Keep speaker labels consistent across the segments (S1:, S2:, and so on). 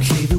S1: Okay, the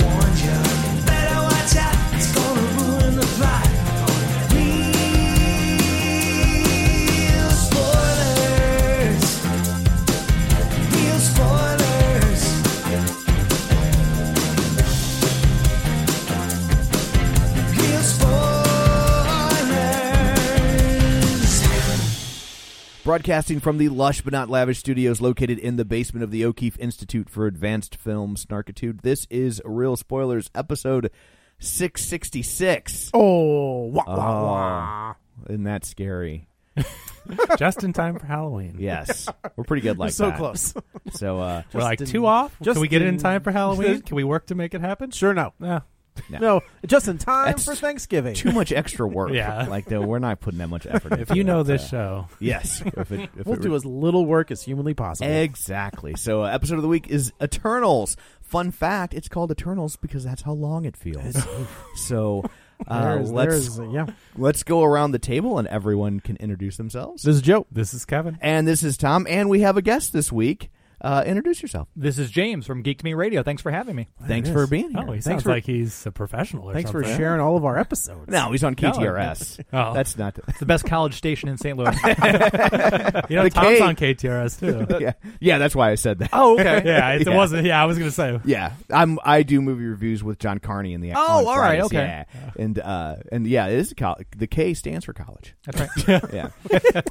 S1: warned ya. Better watch out, it's gonna ruin the plot. Real spoilers. Real spoilers. Real spoilers.
S2: Broadcasting from the lush but not lavish studios located in the basement of the O'Keefe Institute for Advanced Film Snarkitude, this is Real Spoilers, episode 666.
S3: Oh, wah, wah,
S2: Oh. Isn't that scary?
S4: just in time for Halloween.
S2: Yes. We're pretty good like
S3: so
S2: that.
S3: close.
S2: So, uh,
S4: We're like
S3: in-
S4: two off.
S3: just
S4: Can we get it in
S3: in-
S4: time for Halloween? Can we work to make it happen?
S3: Sure, no.
S4: Nah.
S2: Yeah.
S3: No, just in time
S2: That's
S3: for Thanksgiving.
S2: too much extra work.
S4: Yeah.
S2: Like, though, we're not putting that much effort into
S4: If you know
S2: it,
S4: this
S2: uh,
S4: show,
S2: Yes. If it, if
S3: we'll
S2: it
S3: do as little work as humanly possible.
S4: Eh.
S2: Exactly. So, uh, episode of the week is Eternals. Fun fact: It's called Eternals because that's how long it feels. so, uh,
S3: There's-
S2: let's
S3: there's- yeah.
S2: let's go around the table and everyone can introduce themselves.
S3: This is Joe.
S4: this is Kevin.
S2: And this is Tom, and we have a guest this week. Uh, introduce yourself.
S5: This is James from Geek to Me Radio. Thanks for having me.
S2: Thanks
S3: it
S2: for
S3: is.
S2: being here.
S4: Oh, he
S2: Thanks
S4: sounds
S2: for-
S4: like he's a professional or
S3: Thanks for
S4: something.
S3: sharing all of our episodes.
S2: No, he's on KTRS.
S4: Oh.
S2: That's not. The,
S5: It's the best college station in St. Louis.
S4: You know,
S2: The
S4: Tom's
S2: cake.
S4: on KTRS too.
S2: yeah, yeah, that's why I said that.
S4: oh, okay. Yeah, it,
S2: Yeah.
S4: wasn't. Yeah, I was gonna say.
S2: Yeah, I'm. I do movie reviews with John Carney in the.
S5: Oh,
S2: on
S5: all right,
S2: Fridays,
S5: okay.
S2: yeah. and uh, and yeah, it is col- the K stands for college.
S5: That's right.
S2: Yeah,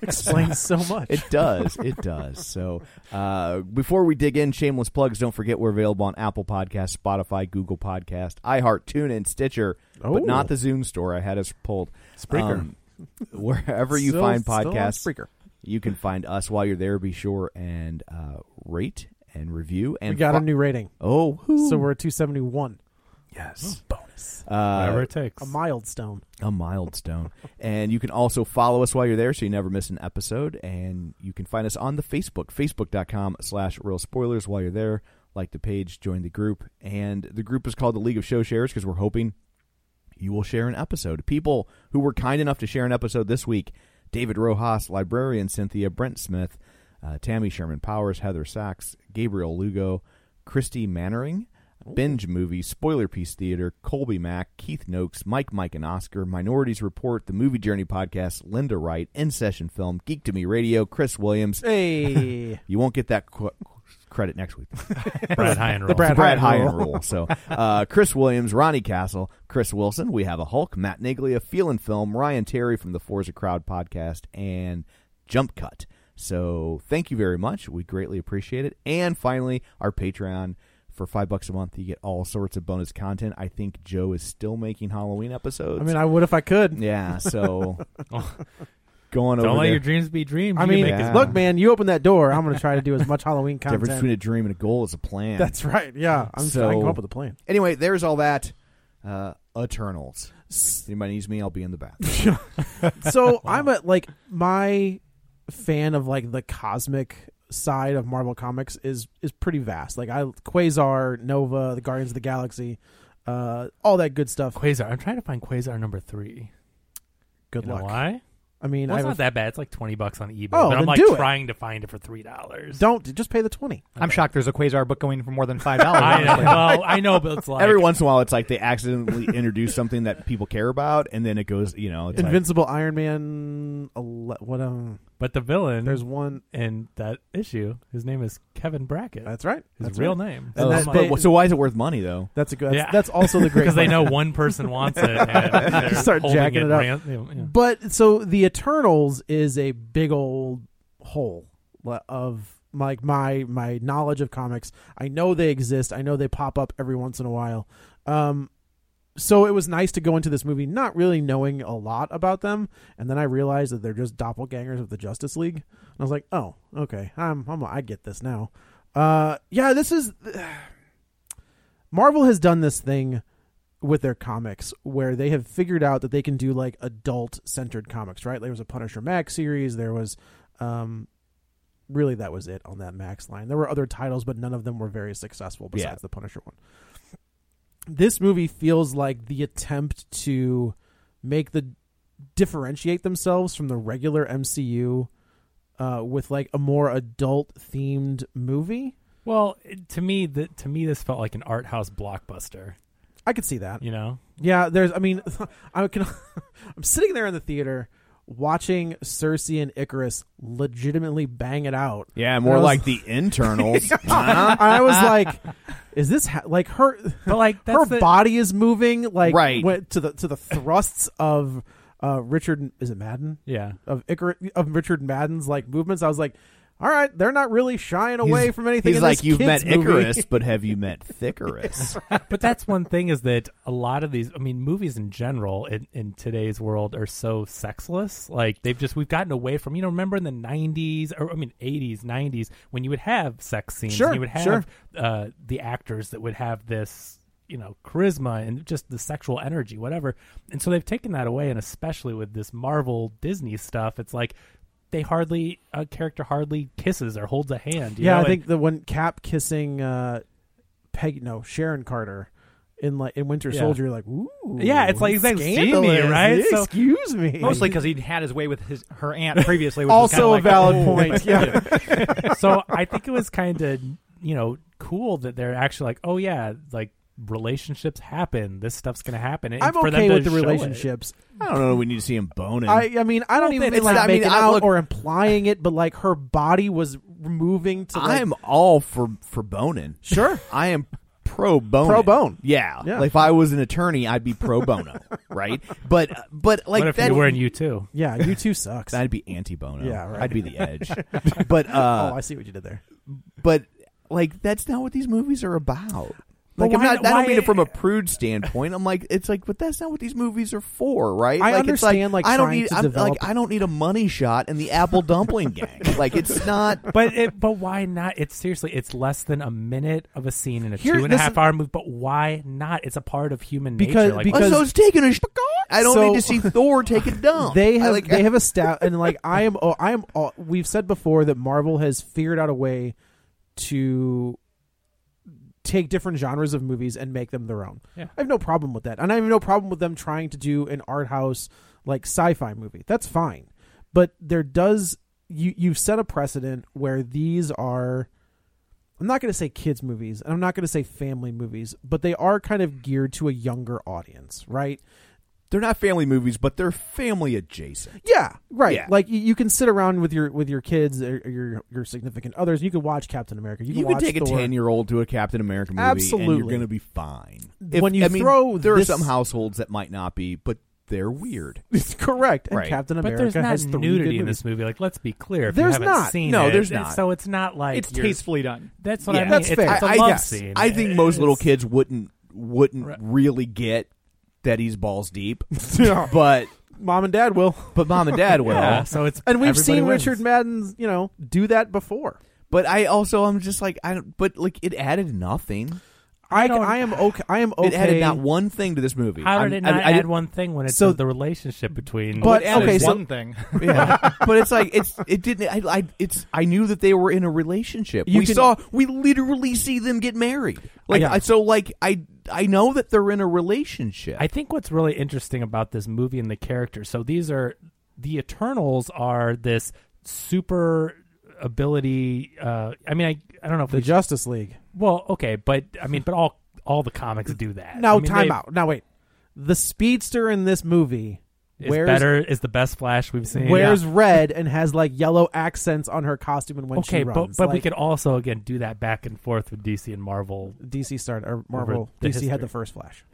S3: explains so much.
S2: It does. It does. So uh, before we dig in, shameless plugs. Don't forget we're available on Apple Podcasts, Spotify, Google Podcast, iHeart, TuneIn, Stitcher,
S3: Oh.
S2: but not the Zoom store. I had us pulled.
S3: Spreaker.
S2: Um, wherever you
S3: Still-
S2: find
S3: still on
S2: podcasts,
S3: Spreaker.
S2: you can find us. While you're there, be sure and uh, rate and review. And
S3: we got
S2: fo-
S3: a new rating,
S2: Oh, whoo.
S3: so we're at 271.
S2: yes,
S3: Bonus.
S4: Whatever
S2: uh,
S4: it takes.
S3: A milestone.
S2: a milestone. and you can also follow us while you're there so you never miss an episode. And you can find us on the Facebook, facebook.com slash real spoilers while you're there. Like the page, join the group. And the group is called the League of Show Sharers because we're hoping you will share an episode. People who were kind enough to share an episode this week David Rojas, librarian Cynthia Brent Smith, uh, Tammy Sherman Powers, Heather Sachs, Gabriel Lugo, Christy Mannering, Binge Movie, Spoiler Piece Theater, Colby Mack, Keith Noakes, Mike, Mike, and Oscar, Minorities Report, The Movie Journey Podcast, Linda Wright, In Session Film, Geek to Me Radio, Chris Williams.
S3: Hey.
S2: You won't get that qu- credit next week.
S4: Brad Hyenroll.
S3: Brad
S2: Brad
S3: High and
S2: Hyen rule. So uh, Chris Williams, Ronnie Castle, Chris Wilson. We have a Hulk, Matt Niglia, Feel and Film, Ryan Terry from the Forza Crowd podcast, and Jump Cut. So thank you very much. We greatly appreciate it. And finally, our Patreon. For five bucks a month, you get all sorts of bonus content. I think Joe is still making Halloween episodes.
S3: I mean, I Oh. would if I could.
S2: yeah. So going
S4: Don't
S2: over
S4: let
S2: there,
S4: your dreams be dreams.
S3: I
S4: You
S3: mean,
S4: make
S2: it-
S4: as-
S3: look, man, you open that door. I'm going to try to do as much Halloween content.
S2: difference between a dream and a goal is a plan.
S3: That's right. Yeah, I'm
S2: So-
S3: I can come up with a plan.
S2: anyway. There's all that. Uh, Eternals. Anybody needs me, I'll be in the bathroom.
S3: so I'm at like my fan of like the cosmic side of Marvel Comics is is pretty vast. Like I Quasar, Nova, the Guardians of the Galaxy, uh, all that good stuff.
S4: Quasar. I'm trying to find Quasar number three.
S3: Good
S4: You know
S3: luck.
S4: why?
S3: I mean,
S4: Well,
S3: I have
S4: it's
S3: a-
S4: not that bad. It's like twenty bucks on eBay.
S3: Oh,
S4: but I'm
S3: then
S4: like
S3: do it.
S4: trying to find it for three dollars.
S3: don't just pay the twenty.
S5: I'm shocked there's a Quasar book going for more than $5.
S4: I know.
S5: honestly.
S4: well, I know, but it's like
S2: Every once in a while, it's like they accidentally introduce something that people care about, and then it goes, you know, it's like,
S3: Invincible Iron Man. ele- What um?
S4: But the villain
S3: There's one.
S4: in that issue. His name is Kevin Brackett.
S3: That's right.
S4: his
S3: That's
S4: real
S3: right.
S4: name.
S3: And
S2: Oh,
S3: that-
S2: so-
S3: they-
S2: so why is it worth money though?
S3: That's a good. That's,
S4: Yeah.
S3: that's also the great
S4: because they
S3: one.
S4: know one person wants it. And they're
S3: Start
S4: holding
S3: jacking it up.
S4: ran- you know, yeah.
S3: But so the Eternals is a big old hole le- of like my my knowledge of comics. I know they exist. I know they pop up every once in a while. Um, so it was nice to go into this movie not really knowing a lot about them, and then I realized that they're just doppelgangers of the Justice League. And I was like, oh, okay, I'm, I'm I get this now. Uh, yeah, this is Marvel has done this thing with their comics where they have figured out that they can do like adult centered comics, right? There was a Punisher Max series, there was um really that was it on that Max line. There were other titles but none of them were very successful besides
S2: Yeah.
S3: the Punisher one. This movie feels like the attempt to make the differentiate themselves from the regular MCU uh, with like a more adult themed movie.
S4: Well, it- to me, the, to me, this felt like an art house blockbuster.
S3: I could see that.
S4: You know,
S3: Yeah, there's. I mean, I can. I'm sitting there in the theater watching Cersei and Icarus legitimately bang it out.
S2: Yeah, more
S3: I was-
S2: like the internals.
S3: And I was like, "Is this ha- like her?
S4: But, like, that's
S3: her
S4: the-
S3: body is moving like
S2: Right.
S3: went to the to the thrusts of uh, Richard. Is it Madden?
S4: yeah.
S3: Of Icarus of Richard Madden's like movements. I was like, all right, they're not really shying away
S2: He's-
S3: from anything.
S2: He's
S3: in
S2: like,
S3: this
S2: you've
S3: kids
S2: met
S3: movie."
S2: Icarus, but have you met Thickerus?
S4: But that's one thing is that a lot of these, I mean, movies in general in, in today's world are so sexless. Like they've just we've gotten away from you know remember in the '90s or I mean '80s, '90s when you would have sex scenes,
S3: Sure,
S4: and you would have
S3: sure.
S4: uh, the actors that would have this you know charisma and just the sexual energy, whatever. And so they've taken that away, and especially with this Marvel Disney stuff, it's like. They hardly a character hardly kisses or holds a hand. you
S3: yeah,
S4: know,
S3: I
S4: and-
S3: think the one Cap kissing uh, Peg, no Sharon Carter in like in Winter
S4: Yeah.
S3: Soldier, you're like, ooh,
S4: Yeah, it's like, it's like, see me,
S3: scandalous.
S4: right? So-
S3: excuse me.
S5: Mostly because he'd had his way with his her aunt previously. Which is kinda
S3: also a
S5: like,
S3: valid
S5: oh.
S3: point. Yeah,
S4: so I think it was kind of you know cool that they're actually like, oh yeah, like relationships happen. This stuff's gonna happen. And
S3: I'm
S4: for them
S3: okay
S4: to
S3: with the
S4: show it-
S3: relationships.
S2: I don't know. We need to see him boning.
S3: I, I mean, I don't
S2: Well,
S3: even
S2: it's
S3: like
S2: not- I mean,
S3: making
S2: I
S3: out
S2: look-
S3: or implying it, but like her body was moving to. Like,
S2: I'm all for for boning.
S3: sure.
S2: I am pro bono.
S3: Pro bone.
S2: Yeah.
S3: Yeah.
S2: Like if I was an attorney, I'd be pro bono, right? But but like
S4: what if
S2: that
S4: you were in you too?
S3: Yeah, you two sucks.
S2: I'd be anti bono.
S3: Yeah, right.
S2: I'd be the edge. but uh
S3: oh, I see what you did there.
S2: but like that's not what these movies are about.
S4: But
S2: Like I'm
S4: why-
S2: not, I
S4: why-
S2: don't mean it from a prude standpoint. I'm like, it's like, but that's not what these movies are for, right?
S3: I
S2: like,
S3: understand,
S2: It's like,
S3: like,
S2: I don't
S3: trying
S2: need,
S3: to
S2: I'm,
S3: develop-
S2: like, I don't need a money shot and the apple dumpling gang. Like, it's not.
S4: But it, but why not? It's seriously, it's less than a minute of a scene in a
S3: Here-
S4: two and a
S3: this
S4: half
S3: is-
S4: hour movie. But why not? It's a part of human
S3: Because-
S4: nature. Like,
S3: because-
S2: Because so it's taking a. Sh- I don't
S3: So-
S2: need to see Thor take a dump.
S3: They
S2: I
S3: have
S2: like-
S3: they have a stat and like I am oh, I am all, we've said before that Marvel has figured out a way to take different genres of movies and make them their own.
S4: Yeah.
S3: I have no problem with that. And I have no problem with them trying to do an art house like sci-fi movie. That's fine. But there does you you've set a precedent where these are I'm not going to say kids movies and I'm not going to say family movies, but they are kind of geared to a younger audience, right?
S2: They're not family movies, but they're family adjacent.
S3: Yeah, right.
S2: Yeah.
S3: Like you, you can sit around with your with your kids or, or your your significant others. You can watch Captain America. You
S2: You,
S3: can,
S2: can
S3: watch
S2: take a
S3: Thor.
S2: ten-year-old to a Captain America movie, and
S3: Absolutely.
S2: you're going to be fine.
S3: When you
S2: I mean,
S3: throw
S2: there
S3: this-
S2: are some households that might not be, but they're weird.
S3: It's correct. And
S2: Right.
S3: Captain
S4: but
S3: America
S4: there's not
S3: has three
S4: nudity
S3: good
S4: in this movie. Like, let's be clear. If
S3: There's
S4: you haven't
S3: not.
S4: seen
S2: No,
S4: it,
S2: there's not.
S4: So it's not like
S5: It's
S4: you're-
S5: tastefully done.
S4: That's what I
S2: Yeah.
S4: mean.
S3: That's
S4: it's,
S3: fair.
S4: it's a
S3: I- I
S4: love
S3: guess.
S4: scene.
S2: I think most little
S4: It's-
S2: kids wouldn't wouldn't
S4: Right.
S2: really get that he's balls deep, but
S3: movies. Mom and Dad will.
S2: but mom and dad will.
S4: Yeah, so it's
S3: And we've
S4: everybody
S3: seen
S4: wins.
S3: Richard Madden's, you know, do that before.
S2: But I also I'm just like I don't. But like it added nothing.
S3: I,
S4: don't-
S3: I am okay. I am okay.
S2: It added not one thing to this movie.
S4: How
S2: I'm-
S4: did it
S2: I-
S4: not
S2: I
S4: add
S2: didn't-
S4: one thing when it's
S3: So-
S4: the relationship between?
S3: But-
S2: It added
S3: okay, so-
S2: one
S5: one thing.
S2: yeah. but it's like it's it didn't. I, I it's I knew that they were in a relationship.
S3: You
S2: we
S3: can-
S2: saw we literally see them get married. Like
S4: Yeah.
S2: I, so, like I I know that they're in a relationship.
S4: I think what's really interesting about this movie and the characters. So these are the Eternals are this super ability. Uh, I mean, I I don't know if
S3: the
S4: we should-
S3: Justice League.
S4: well, okay, but I mean, but all all the comics do that.
S3: Now
S4: I mean,
S3: time
S4: they-
S3: out. Now wait. The speedster in this movie
S4: Is
S3: wears
S4: better is the best Flash we've seen.
S3: wears red and has like yellow accents on her costume and when
S4: okay,
S3: she
S4: but
S3: runs.
S4: but we
S3: Like,
S4: could also again do that back and forth with DC and Marvel.
S3: DC started or Marvel.
S4: the
S3: DC had
S4: history.
S3: the first Flash,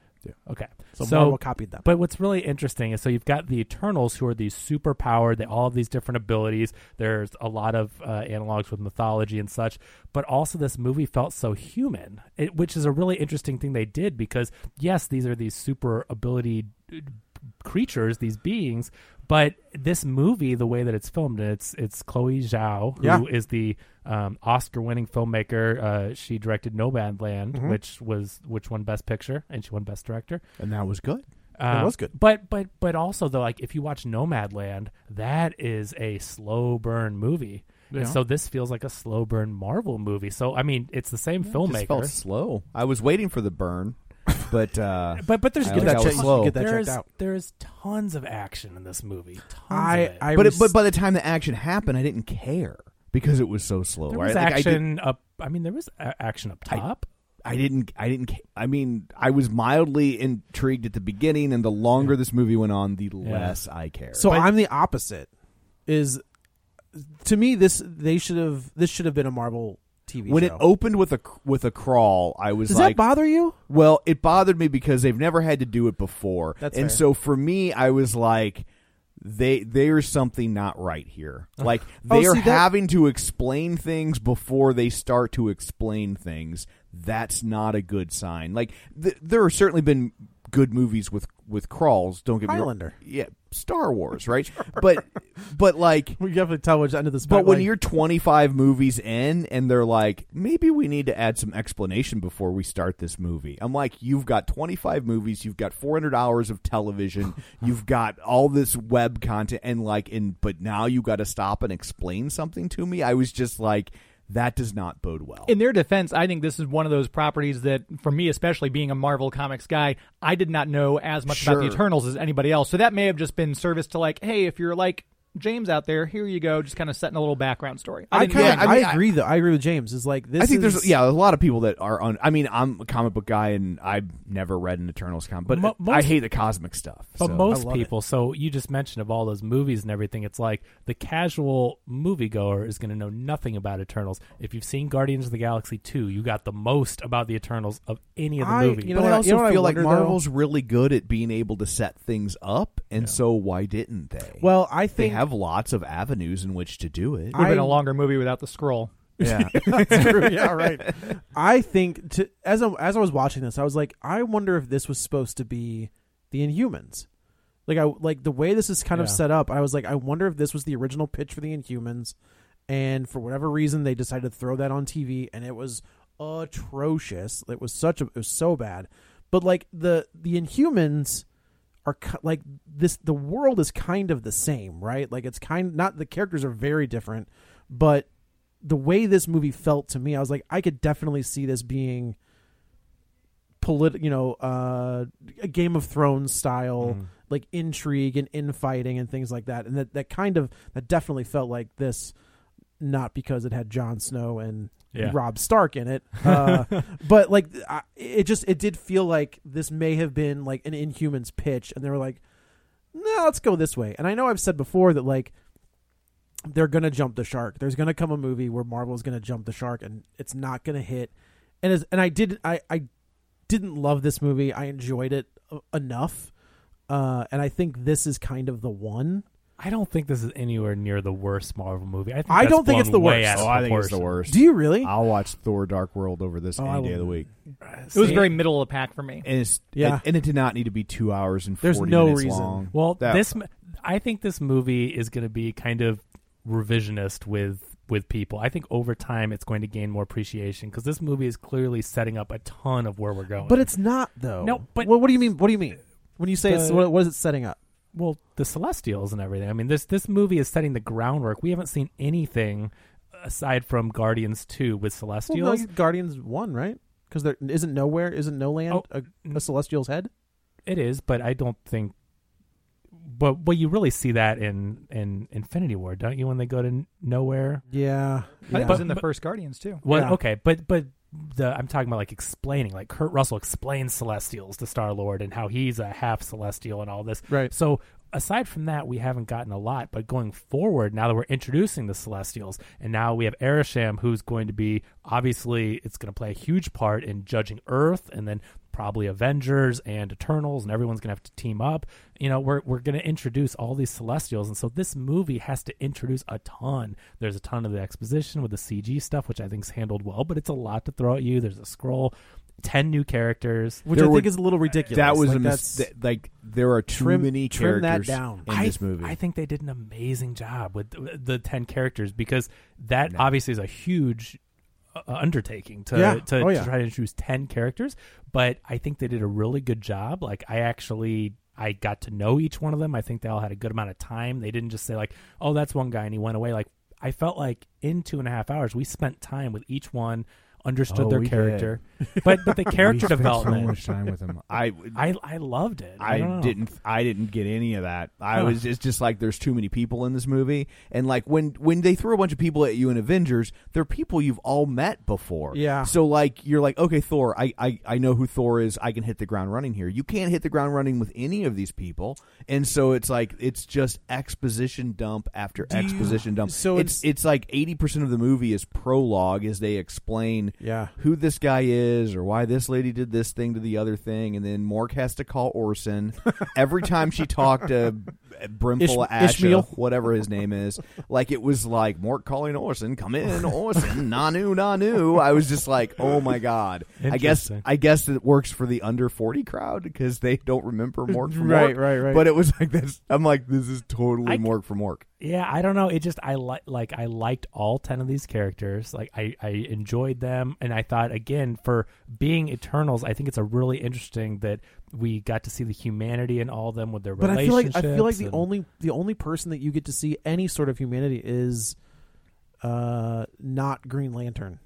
S4: Okay,
S3: so, Marvel copied them.
S4: But what's really interesting is so you've got the Eternals who are these super powered, they all have these different abilities. There's a lot of uh, analogs with mythology and such, but also this movie felt so human, it, which is a really interesting thing they did because yes, these are these super ability uh, creatures, these beings, but this movie, the way that it's filmed, and it's it's Chloe Zhao who is
S3: Yeah.
S4: the um, Oscar-winning filmmaker. Uh, she directed Nomadland, Land,
S3: Mm-hmm.
S4: which was which won Best Picture, and she won Best Director.
S2: and that was good.
S4: Um,
S3: was good.
S4: But but but also though, like if you watch Nomadland, that is a slow burn movie. And so this feels like a slow burn Marvel movie. So I mean, it's the same
S2: Just felt
S4: filmmaker.
S2: slow. I was waiting for the burn, but uh,
S4: But but there's
S2: I
S3: Get
S2: like
S3: that
S2: I was
S3: checked-
S2: slow.
S3: get that
S4: there's
S3: checked out.
S4: there's tons of action in this movie. Tons of
S3: I
S4: it.
S3: I
S2: but it,
S3: res-
S2: but by the time the action happened, I didn't care because it was so slow.
S4: there
S2: right?
S4: was
S2: Like, I didn't-
S4: action up. I mean, there was a- action up
S2: I-
S4: top.
S2: I didn't. I didn't. ca- I mean, I was mildly intrigued at the beginning, and the longer this movie went on, the less I cared.
S3: so I'm the opposite. Is to me this they should have this should have been a Marvel TV
S2: when
S3: show.
S2: it opened with a cr- with a crawl, I was
S3: Does
S2: like,
S3: that bother you?
S2: "Well, it bothered me because they've never had to do it before."
S3: That's
S2: and
S3: fair.
S2: so for me, I was like, "They there's something not right here. Like
S3: Oh,
S2: they are
S3: see, that-
S2: having to explain things before they start to explain things. That's not a good sign. Like th- there have certainly been good movies with with crawls. Don't get
S3: Highlander.
S2: me wrong. Yeah, Star Wars, right? But but like
S3: We definitely tell which end of the spectrum.
S2: but when you're 25 movies in and they're like, maybe we need to add some explanation before we start this movie. I'm like, you've got 25 movies, you've got 400 hours of television, you've got all this web content, and like, and but now you got to stop and explain something to me. I was just like, that does not bode well.
S5: In their defense, I think this is one of those properties that, for me especially, being a Marvel Comics guy, I did not know as much about the
S2: Sure.
S5: Eternals as anybody else. So that may have just been service to like, hey, if you're like James out there, here you go, just kind of setting a little background story.
S3: I
S5: didn't
S3: kind
S5: know.
S3: of
S2: yeah, I mean,
S3: I agree though. I agree with James. Is like this.
S2: I think
S3: is,
S2: there's yeah a lot of people that are on. I mean, I'm a comic book guy and I've never read an Eternals comic, but
S4: Mo-
S2: I
S4: most-
S2: hate the cosmic stuff.
S4: But
S2: so-
S4: most people, so you just mentioned of all those movies and everything, it's like the casual moviegoer is going to know nothing about Eternals. If you've seen Guardians of the Galaxy 2, you got the most about the Eternals of any of the
S3: I-
S4: movies.
S3: you
S2: but
S3: know
S2: I
S3: what-
S2: also
S3: you know what I
S2: feel like
S3: wonder, though?
S2: Marvel's really good at being able to set things up, and so why didn't they?
S3: Well, I
S2: they
S3: think
S2: have lots of avenues in which to do it.
S5: Would have been
S3: I-
S5: a longer movie without the scroll.
S2: yeah,
S3: yeah, right. I think to, as I, as I was watching this, I was like, I wonder if this was supposed to be the Inhumans. Like I like the way this is kind of
S4: Yeah.
S3: set up. I was like, I wonder if this was the original pitch for the Inhumans, and for whatever reason, they decided to throw that on TV, and it was atrocious. It was such a it was so bad. But like the the Inhumans are ki- like this the world is kind of the same right like it's kind not the characters are very different but the way this movie felt to me i was like i could definitely see this being polit you know uh a game of thrones style like intrigue and infighting and things like that and that that kind of that definitely felt like this not because it had Jon Snow and
S4: Yeah.
S3: Rob Stark in it, uh, but like I, it just it did feel like this may have been like an Inhumans pitch, and they were like, "No, let's go this way." And I know I've said before that like they're gonna jump the shark. There's gonna come a movie where Marvel's gonna jump the shark, and it's not gonna hit. And as and I did I I didn't love this movie. I enjoyed it uh, enough, uh, and I think this is kind of the one.
S4: I don't think this is anywhere near the worst Marvel movie. I, think
S3: I
S4: that's
S3: don't think it's
S4: blown
S3: the
S4: way
S3: worst.
S4: out of
S3: Oh,
S4: proportion.
S2: worst.
S3: Do you really?
S2: I'll watch Thor: Dark World over this
S3: Oh, I
S2: any day of the
S3: will-
S2: week,
S5: It was very middle of the pack for me.
S2: and it's
S3: Yeah.
S2: and, and it did not need to be two hours and
S3: There's
S2: 40
S3: no
S2: minutes
S3: reason.
S2: long.
S4: Well,
S2: That-
S4: this m- I think this movie is going to be kind of revisionist with with people. I think over time it's going to gain more appreciation because this movie is clearly setting up a ton of where we're going.
S3: But it's not though.
S4: No, but-
S3: Well, what do you mean? What do you mean when you say it's
S4: The-
S3: what, what is it setting up?
S4: well, the Celestials and everything. I mean, this this movie is setting the groundwork. We haven't seen anything aside from Guardians Two with
S3: Well,
S4: Celestials.
S3: no, Guardians one, right? Because there isn't nowhere, isn't no land
S4: Oh,
S3: a, a celestial's head.
S4: It is, but I don't think. But well, you really see that in in Infinity War, don't you? When they go to n- nowhere.
S3: Yeah,
S5: I think it was
S4: But-
S5: in the
S4: but-
S5: first Guardians too.
S4: Well,
S3: Yeah.
S4: okay, but but the I'm talking about like explaining, like Kurt Russell explains Celestials to Star Lord and how he's a half Celestial and all this.
S3: Right.
S4: So aside from that, we haven't gotten a lot. But going forward, now that we're introducing the Celestials, and now we have Ereshkigal, who's going to be obviously it's going to play a huge part in judging Earth, and then probably Avengers and Eternals, and everyone's going to have to team up. You know, we're we're going to introduce all these Celestials, and so this movie has to introduce a ton. There's a ton of the exposition with the CG stuff, which I think's handled well, but it's a lot to throw at you. There's a scroll, ten new characters.
S3: which
S2: There
S3: I
S2: were-
S3: think is a little ridiculous.
S2: That was
S3: like
S2: a
S3: that's-
S2: mistake. Like there are too
S3: Trim-
S2: many
S3: trim that
S2: characters
S3: down.
S2: in
S4: I,
S2: this movie.
S4: I think they did an amazing job with the, the 10 characters because that obviously is a huge uh, undertaking to,
S3: Yeah.
S4: to,
S3: Oh,
S4: to
S3: yeah.
S4: try to introduce 10 characters. But I think they did a really good job. Like, I actually. I got to know each one of them. I think they all had a good amount of time. They didn't just say like, "Oh, that's one guy," and he went away. Like I felt like in two and a half hours, we spent time with each one, understood
S2: Oh,
S4: their
S2: we did.
S4: character, but but the character
S2: We spent
S4: development,
S2: So much time with him. I
S4: I I loved it.
S2: I,
S4: I,
S3: Oh.
S4: don't know.
S2: didn't I didn't get any of that. I
S4: Huh.
S2: was it's just like there's too many people in this movie and like when when they threw a bunch of people at you in Avengers, they're people you've all met before.
S3: Yeah.
S2: So like you're like, okay, Thor, I, I, I know who Thor is, I can hit the ground running here. You can't hit the ground running with any of these people. And so it's like it's just exposition dump after
S3: Do you-
S2: exposition dump.
S3: so
S2: it's
S3: it's-
S2: it's like eighty percent of the movie is prologue as they explain
S3: Yeah.
S2: who this guy is or why this lady did this thing to the other thing, and then Mork has to call Orson every time she talked to Brimful
S3: Ish-
S2: Asha,
S3: Ishmael.
S2: whatever his name is. Like it was like Mork calling Orson, come in, Orson, Nanu, Nanu. I was just like, oh my god. I guess
S4: Interesting.
S2: I guess it works for the under forty crowd because they don't remember Mork from
S3: Right,
S2: Mork.
S3: right, right.
S2: But it was like this. I'm like, this is totally
S4: I-
S2: Mork from Mork.
S4: Yeah, I don't know. It just I like like I liked all ten of these characters. Like I I enjoyed them, and I thought again for being Eternals, I think it's a really interesting that we got to see the humanity in all of them with their
S3: but I feel like
S4: relationships.
S3: I feel like the
S4: and-
S3: only the only person that you get to see any sort of humanity is, uh, not Green Lantern.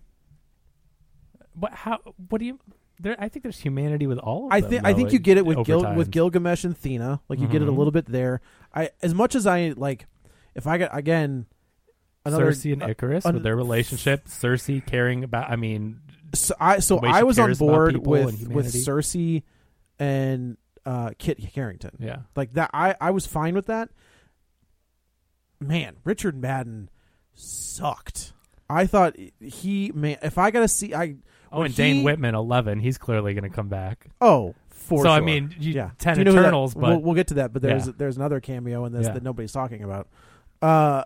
S4: But how? What do you? There, I think there's humanity with all of
S3: I
S4: them.
S3: think I
S4: though,
S3: think you get it with
S4: over
S3: Gil-
S4: time.
S3: with Gilgamesh and Thena. Like you get it a
S4: Mhm.
S3: little bit there. I as much as I like, if I got again, another
S4: Cersei and
S3: uh,
S4: Icarus
S3: an-
S4: with their relationship. Cersei caring about. I mean,
S3: so I so
S4: the way she
S3: I was on
S4: cares about
S3: board
S4: people
S3: with
S4: and
S3: with
S4: humanity.
S3: Cersei and uh, Kit Harrington.
S4: yeah.
S3: Like that, I I was fine with that. Man, Richard Madden sucked. I thought he man. If I gotta see, I
S4: Oh, and
S3: he-
S4: Dane Whitman, eleven. He's clearly going to come back.
S3: Oh, for
S4: So, I
S3: sure.
S4: mean, you-
S3: yeah,
S4: 10
S3: Do you know who that-
S4: Eternals, but-
S3: we'll, we'll get to that. But there's
S4: Yeah.
S3: there's another cameo in this
S4: Yeah.
S3: that nobody's talking about. Uh,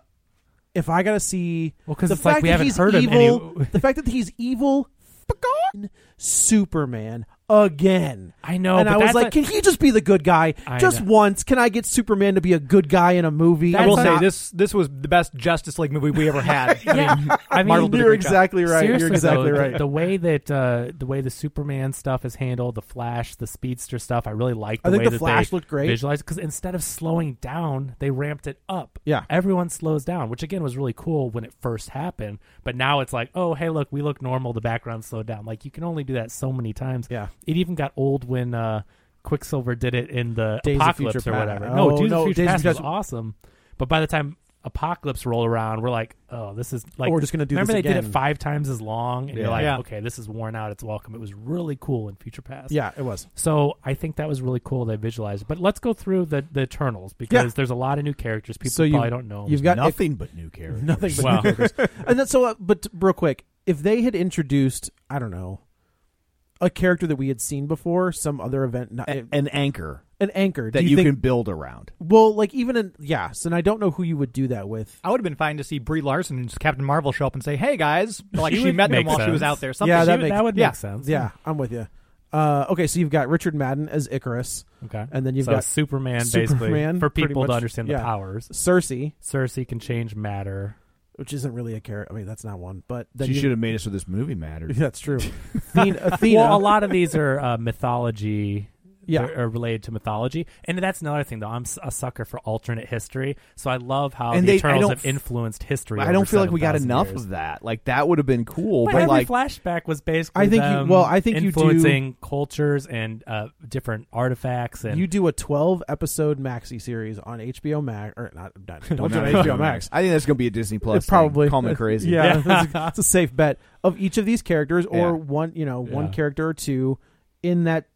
S3: if I gotta see,
S4: Well, 'cause
S3: the
S4: it's like
S3: fact
S4: we
S3: that
S4: haven't
S3: he's
S4: heard of any-
S3: evil, the fact that he's evil, fucking Superman again.
S4: I know,
S3: and
S4: but
S3: I was
S4: that's
S3: like,
S4: a-
S3: can he just be the good guy
S4: I
S3: just
S4: know.
S3: once? Can I get Superman to be a good guy in a movie?
S5: I
S3: It's
S5: will say
S3: not-
S5: this: this was the best Justice League movie we ever had.
S4: Yeah. I mean,
S5: Marvel did a
S3: You're
S5: great job.
S3: exactly right.
S4: Seriously,
S3: You're exactly
S4: though, the-
S3: right.
S4: The, way that uh, the way the Superman stuff is handled, the Flash, the Speedster stuff, I really like. The
S3: I think
S4: way
S3: the
S4: that
S3: Flash
S4: they
S3: looked great.
S4: Visualized because instead of slowing down, they ramped it up.
S3: Yeah.
S4: everyone slows down, which again was really cool when it first happened. But now it's like, oh, hey, look, we look normal. The background slowed down. Like you can only do that so many times.
S3: Yeah.
S4: it even got old when. Uh, Quicksilver did it in the
S3: Days of
S4: apocalypse
S3: Future
S4: or
S3: Past.
S4: whatever.
S3: Oh,
S4: no, Days
S3: no,
S4: of Future
S3: Days of
S4: Past was
S3: Future-
S4: awesome. But by the time Apocalypse roll around, we're like, oh, this is like
S3: we're just gonna do
S4: Remember
S3: this
S4: they did
S3: again.
S4: it five times as long, and
S2: Yeah.
S4: you're like,
S5: Yeah.
S4: okay, this is worn out. It's welcome. It was really cool in Future Past.
S3: yeah, it was.
S4: So I think that was really cool. They visualized. But let's go through the the Eternals because
S3: Yeah.
S4: there's a lot of new characters. People
S3: So you-
S4: probably don't know.
S3: You've got
S2: Nothing but new characters.
S3: Nothing but
S4: Wow.
S3: new characters. And that's so. Uh, but real quick, if they had introduced, I don't know, a character that we had seen before, some other event, not,
S2: A- an anchor
S3: an anchor
S2: that
S3: do
S2: you,
S3: you, think,
S2: can build around.
S3: Well, like even in yes, and I don't know who you would do that with.
S5: I would have been fine to see Brie Larson and just Captain Marvel show up and say, "Hey guys," like
S4: She
S5: she,
S4: would
S5: met them
S4: make
S5: while she was
S4: sense.
S5: out there. Something.
S3: Yeah,
S5: she
S3: that
S4: that,
S5: would-
S3: makes-
S4: would
S5: yeah.
S4: make sense.
S3: Yeah, I'm with you. Uh, okay, so you've got Richard Madden as Icarus,
S4: Okay.
S3: and then you've
S4: so
S3: got
S4: Superman,
S3: Superman,
S4: basically for
S3: pretty
S4: people to
S3: much,
S4: understand
S3: yeah.
S4: the powers.
S3: Cersei.
S4: Cersei can change matter.
S3: which isn't really a character. I mean, that's not one, but then
S2: She
S3: you-
S2: should have made us with this movie matter.
S3: That's true. Athena, Athena.
S4: Well, a lot of these are uh, mythology.
S3: Yeah.
S4: Are are related to mythology, and that's another thing. Though I'm s- a sucker for alternate history, so I love how
S2: And
S4: the
S2: they- I
S4: Eternals
S2: don't
S4: have
S2: f-
S4: influenced history.
S2: I don't
S4: over
S2: feel like we got
S4: 7,000
S2: enough
S4: years.
S2: of that. Like that would have been cool,
S4: But,
S2: but
S4: every
S2: like
S4: flashback was basically
S3: I think you-
S4: them
S3: well, I think you do-
S4: influencing cultures and uh, different artifacts and
S3: you do a 12 episode maxi series on HBO Max or not, not don't
S2: No,
S3: do it
S2: no,
S3: on
S2: no,
S3: HBO
S2: no.
S3: Max.
S2: I think that's going to be a Disney Plus.
S3: It probably
S2: thing. call me crazy.
S3: Yeah, It's, a, it's a safe bet of each of these characters, or
S2: Yeah.
S3: one you know one
S4: Yeah.
S3: character or two in that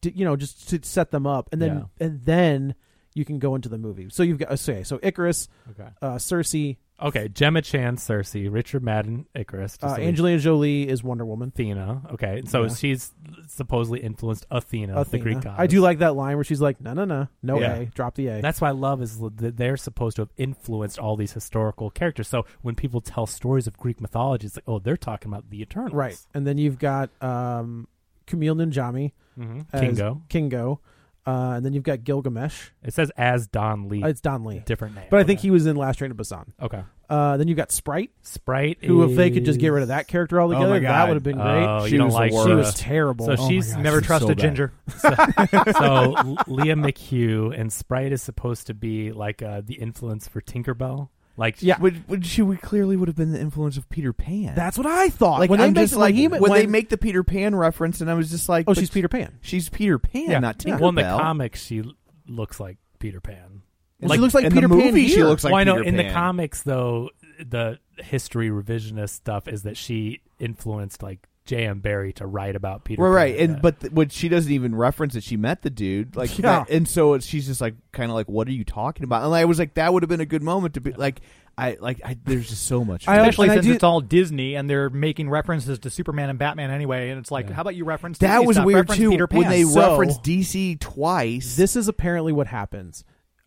S3: d- you know just to set them up, and then and then you can go into the movie. So you've got okay, so Icarus,
S4: Okay.
S3: uh, Cersei,
S4: Okay, Gemma Chan, Cersei, Richard Madden, Icarus, just
S3: uh,
S4: so we-
S3: Angelina Jolie is Wonder Woman.
S4: Athena. Okay, so
S3: Yeah.
S4: she's supposedly influenced Athena, the
S3: Athena.
S4: Greek goddess.
S3: I do like that line where she's like, "No, no, no, no
S2: Yeah.
S3: A, drop the A."
S4: That's why I love is that they're supposed to have influenced all these historical characters. So when people tell stories of Greek mythology, it's like, oh, they're talking about the Eternals,
S3: right. And then you've got um, Camille Ninjami,
S4: hmm
S3: as
S4: Kingo.
S3: Kingo, uh, and then you've got Gilgamesh.
S4: It says as Don Lee,
S3: Uh, it's Don Lee,
S4: different name,
S3: but I think
S4: Okay.
S3: he was in Last Train to Busan.
S4: okay.
S3: Uh, then you've got Sprite,
S4: Sprite,
S3: who if they could just get rid of
S4: is-
S3: that character altogether,
S2: my
S3: that
S2: God. Uh,
S3: would have been great.
S4: Oh,
S2: She
S4: you don't
S2: was the
S4: like
S3: she
S2: worst.
S3: was terrible. oh
S4: So she's never
S2: she's
S4: trusted
S2: so bad.
S4: Ginger. So, so Leah McHugh and Sprite is supposed to be like uh, the influence for Tinkerbell. Like
S3: Yeah.
S2: Would, would she would clearly would have been the influence of Peter Pan.
S3: That's what I thought.
S2: like
S3: when
S2: I'm
S3: they
S2: just
S3: make,
S2: like
S3: when, he-
S2: when,
S3: when-
S2: they make the Peter Pan reference, and I was just like,
S3: oh,
S2: but
S3: she's Peter Pan.
S2: She's Peter Pan, not Tinkerbell.
S4: Well, in the comics, she l- looks like Peter Pan.
S2: And
S4: Like-
S2: she looks like
S3: in the
S2: Peter Pan.
S3: movie, she
S2: here.
S3: looks
S2: like
S4: well, I know
S2: Peter
S4: in the
S2: Pan.
S4: comics though, the history revisionist stuff is that she influenced like J.M. Barry to write about Peter.
S2: Right, right,
S4: Pan.
S2: and
S4: Yeah.
S2: but th- what she doesn't even reference that she met the dude, like,
S3: Yeah.
S2: that- and so it's- she's just like, kind of like, what are you talking about? And I was like, that would have been a good moment to be like, I like, I, there's just so much.
S3: I-
S5: Especially
S3: and
S5: since
S3: do-
S5: it's all Disney and they're making references to Superman and Batman anyway, and it's like, how about you reference
S2: that
S5: Disney
S2: was
S5: stuff,
S2: weird
S5: reference
S2: too
S5: Peter Pan.
S2: when they
S3: So-
S2: referenced DC twice.
S3: This is apparently what happens.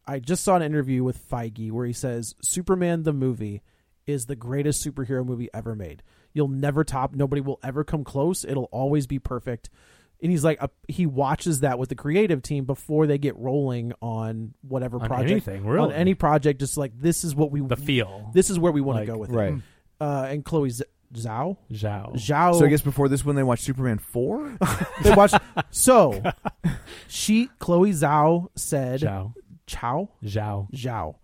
S3: I just saw an interview with Feige where he says Superman the movie is the greatest superhero movie ever made. You'll never top. Nobody will ever come close. It'll always be perfect. And he's like, a, he watches that with the creative team before they get rolling on whatever
S4: On
S3: project,
S4: anything, really.
S3: on any project. Just like this is what we
S4: the feel
S3: This is where we want
S4: Like,
S3: to go with
S2: right.
S3: it. Uh, and Chloe Z- Zhao,
S4: Zhao.
S3: Zhao.
S2: So I guess before this one, they watched Superman four.
S3: they watched. so she, Chloe Zhao, said
S4: Zhao.
S3: Chow.
S4: Zhao.
S3: Zhao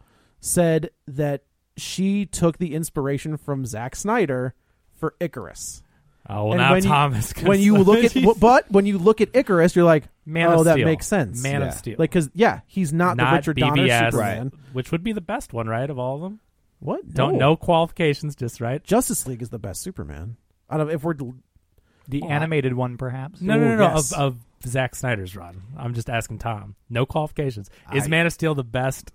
S3: said that she took the inspiration from Zack Snyder for Icarus.
S4: Oh, well,
S3: And
S4: now
S3: when you-
S4: Thomas. can-
S3: When you look at but when you look at Icarus, you're like,
S4: Man
S3: oh,
S4: of
S3: that
S4: Steel.
S3: makes sense.
S4: Man
S2: Yeah.
S4: of Steel.
S3: Like, cause yeah, he's not,
S4: not
S3: the Richard Donner
S4: BBS,
S3: Superman.
S4: which would be the best one, right, of all of them?
S3: What?
S4: Don't
S3: No.
S4: know qualifications, just right.
S3: Justice League is the best Superman. Out of if we're oh,
S5: the animated one, perhaps.
S4: No, no, no, no.
S3: yes.
S4: Of, of Zack Snyder's run. I'm just asking Tom. No qualifications. Is
S2: I-
S4: Man of Steel the best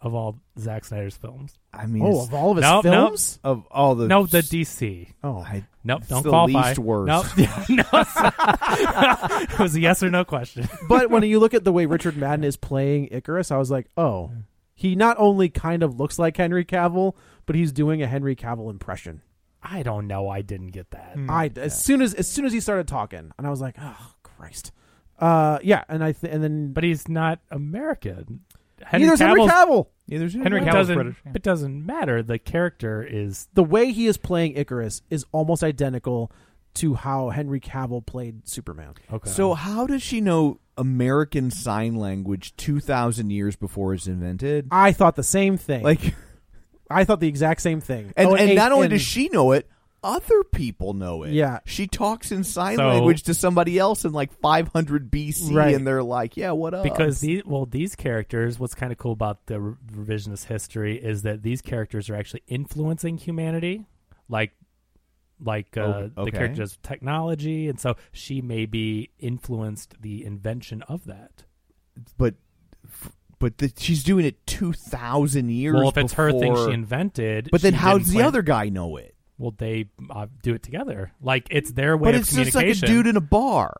S4: of all Zack Snyder's films?
S2: I mean,
S3: oh
S2: it's-
S3: of all of his
S4: No, no.
S3: films,
S2: of all the
S4: No, the DC.
S3: oh
S2: I-
S4: Nope,
S2: It's
S4: don't
S2: the
S4: qualify.
S2: least worst.
S4: Nope. no, it was a yes or no question.
S3: but when you look at the way Richard Madden is playing Icarus, I was like, oh, he not only kind of looks like Henry Cavill, but he's doing a Henry Cavill impression.
S4: I don't know. I didn't get that.
S3: I as soon as as soon as he started talking, and I was like, oh Christ, uh, yeah, and I th- and then
S4: But he's not American. Henry
S3: neither's Henry
S4: Cavill's-
S3: Cavill.
S2: neither should
S5: Henry
S4: It
S5: Cavill's
S4: doesn't,
S5: British, yeah.
S4: it doesn't matter. The character is
S3: The way he is playing Icarus is almost identical to how Henry Cavill played Superman.
S4: okay.
S2: So how does she know American Sign Language two thousand years before it's invented?
S3: I thought the same thing.
S2: Like,
S3: I thought the exact same thing.
S2: and,
S3: Oh,
S2: and not only
S3: and-
S2: does she know it, other people know it.
S3: Yeah.
S2: she talks in sign
S4: So-
S2: language to somebody else in like five hundred BC,
S3: Right.
S2: and they're like, "Yeah, what up?"
S4: because these well these characters what's kind of cool about the re- revisionist history is that these characters are actually influencing humanity like like uh,
S2: Oh,
S4: the
S2: okay.
S4: character does technology and so she maybe influenced the invention of that
S2: but but the, she's doing it two thousand years.
S4: well if it's her thing
S2: before-
S4: she invented
S2: But then
S4: she
S2: how
S4: didn't
S2: does the
S4: plan-
S2: other guy know it?
S4: well they uh, do it together like it's their way
S2: But
S4: of
S2: it's just like a
S4: communication
S2: dude in a bar.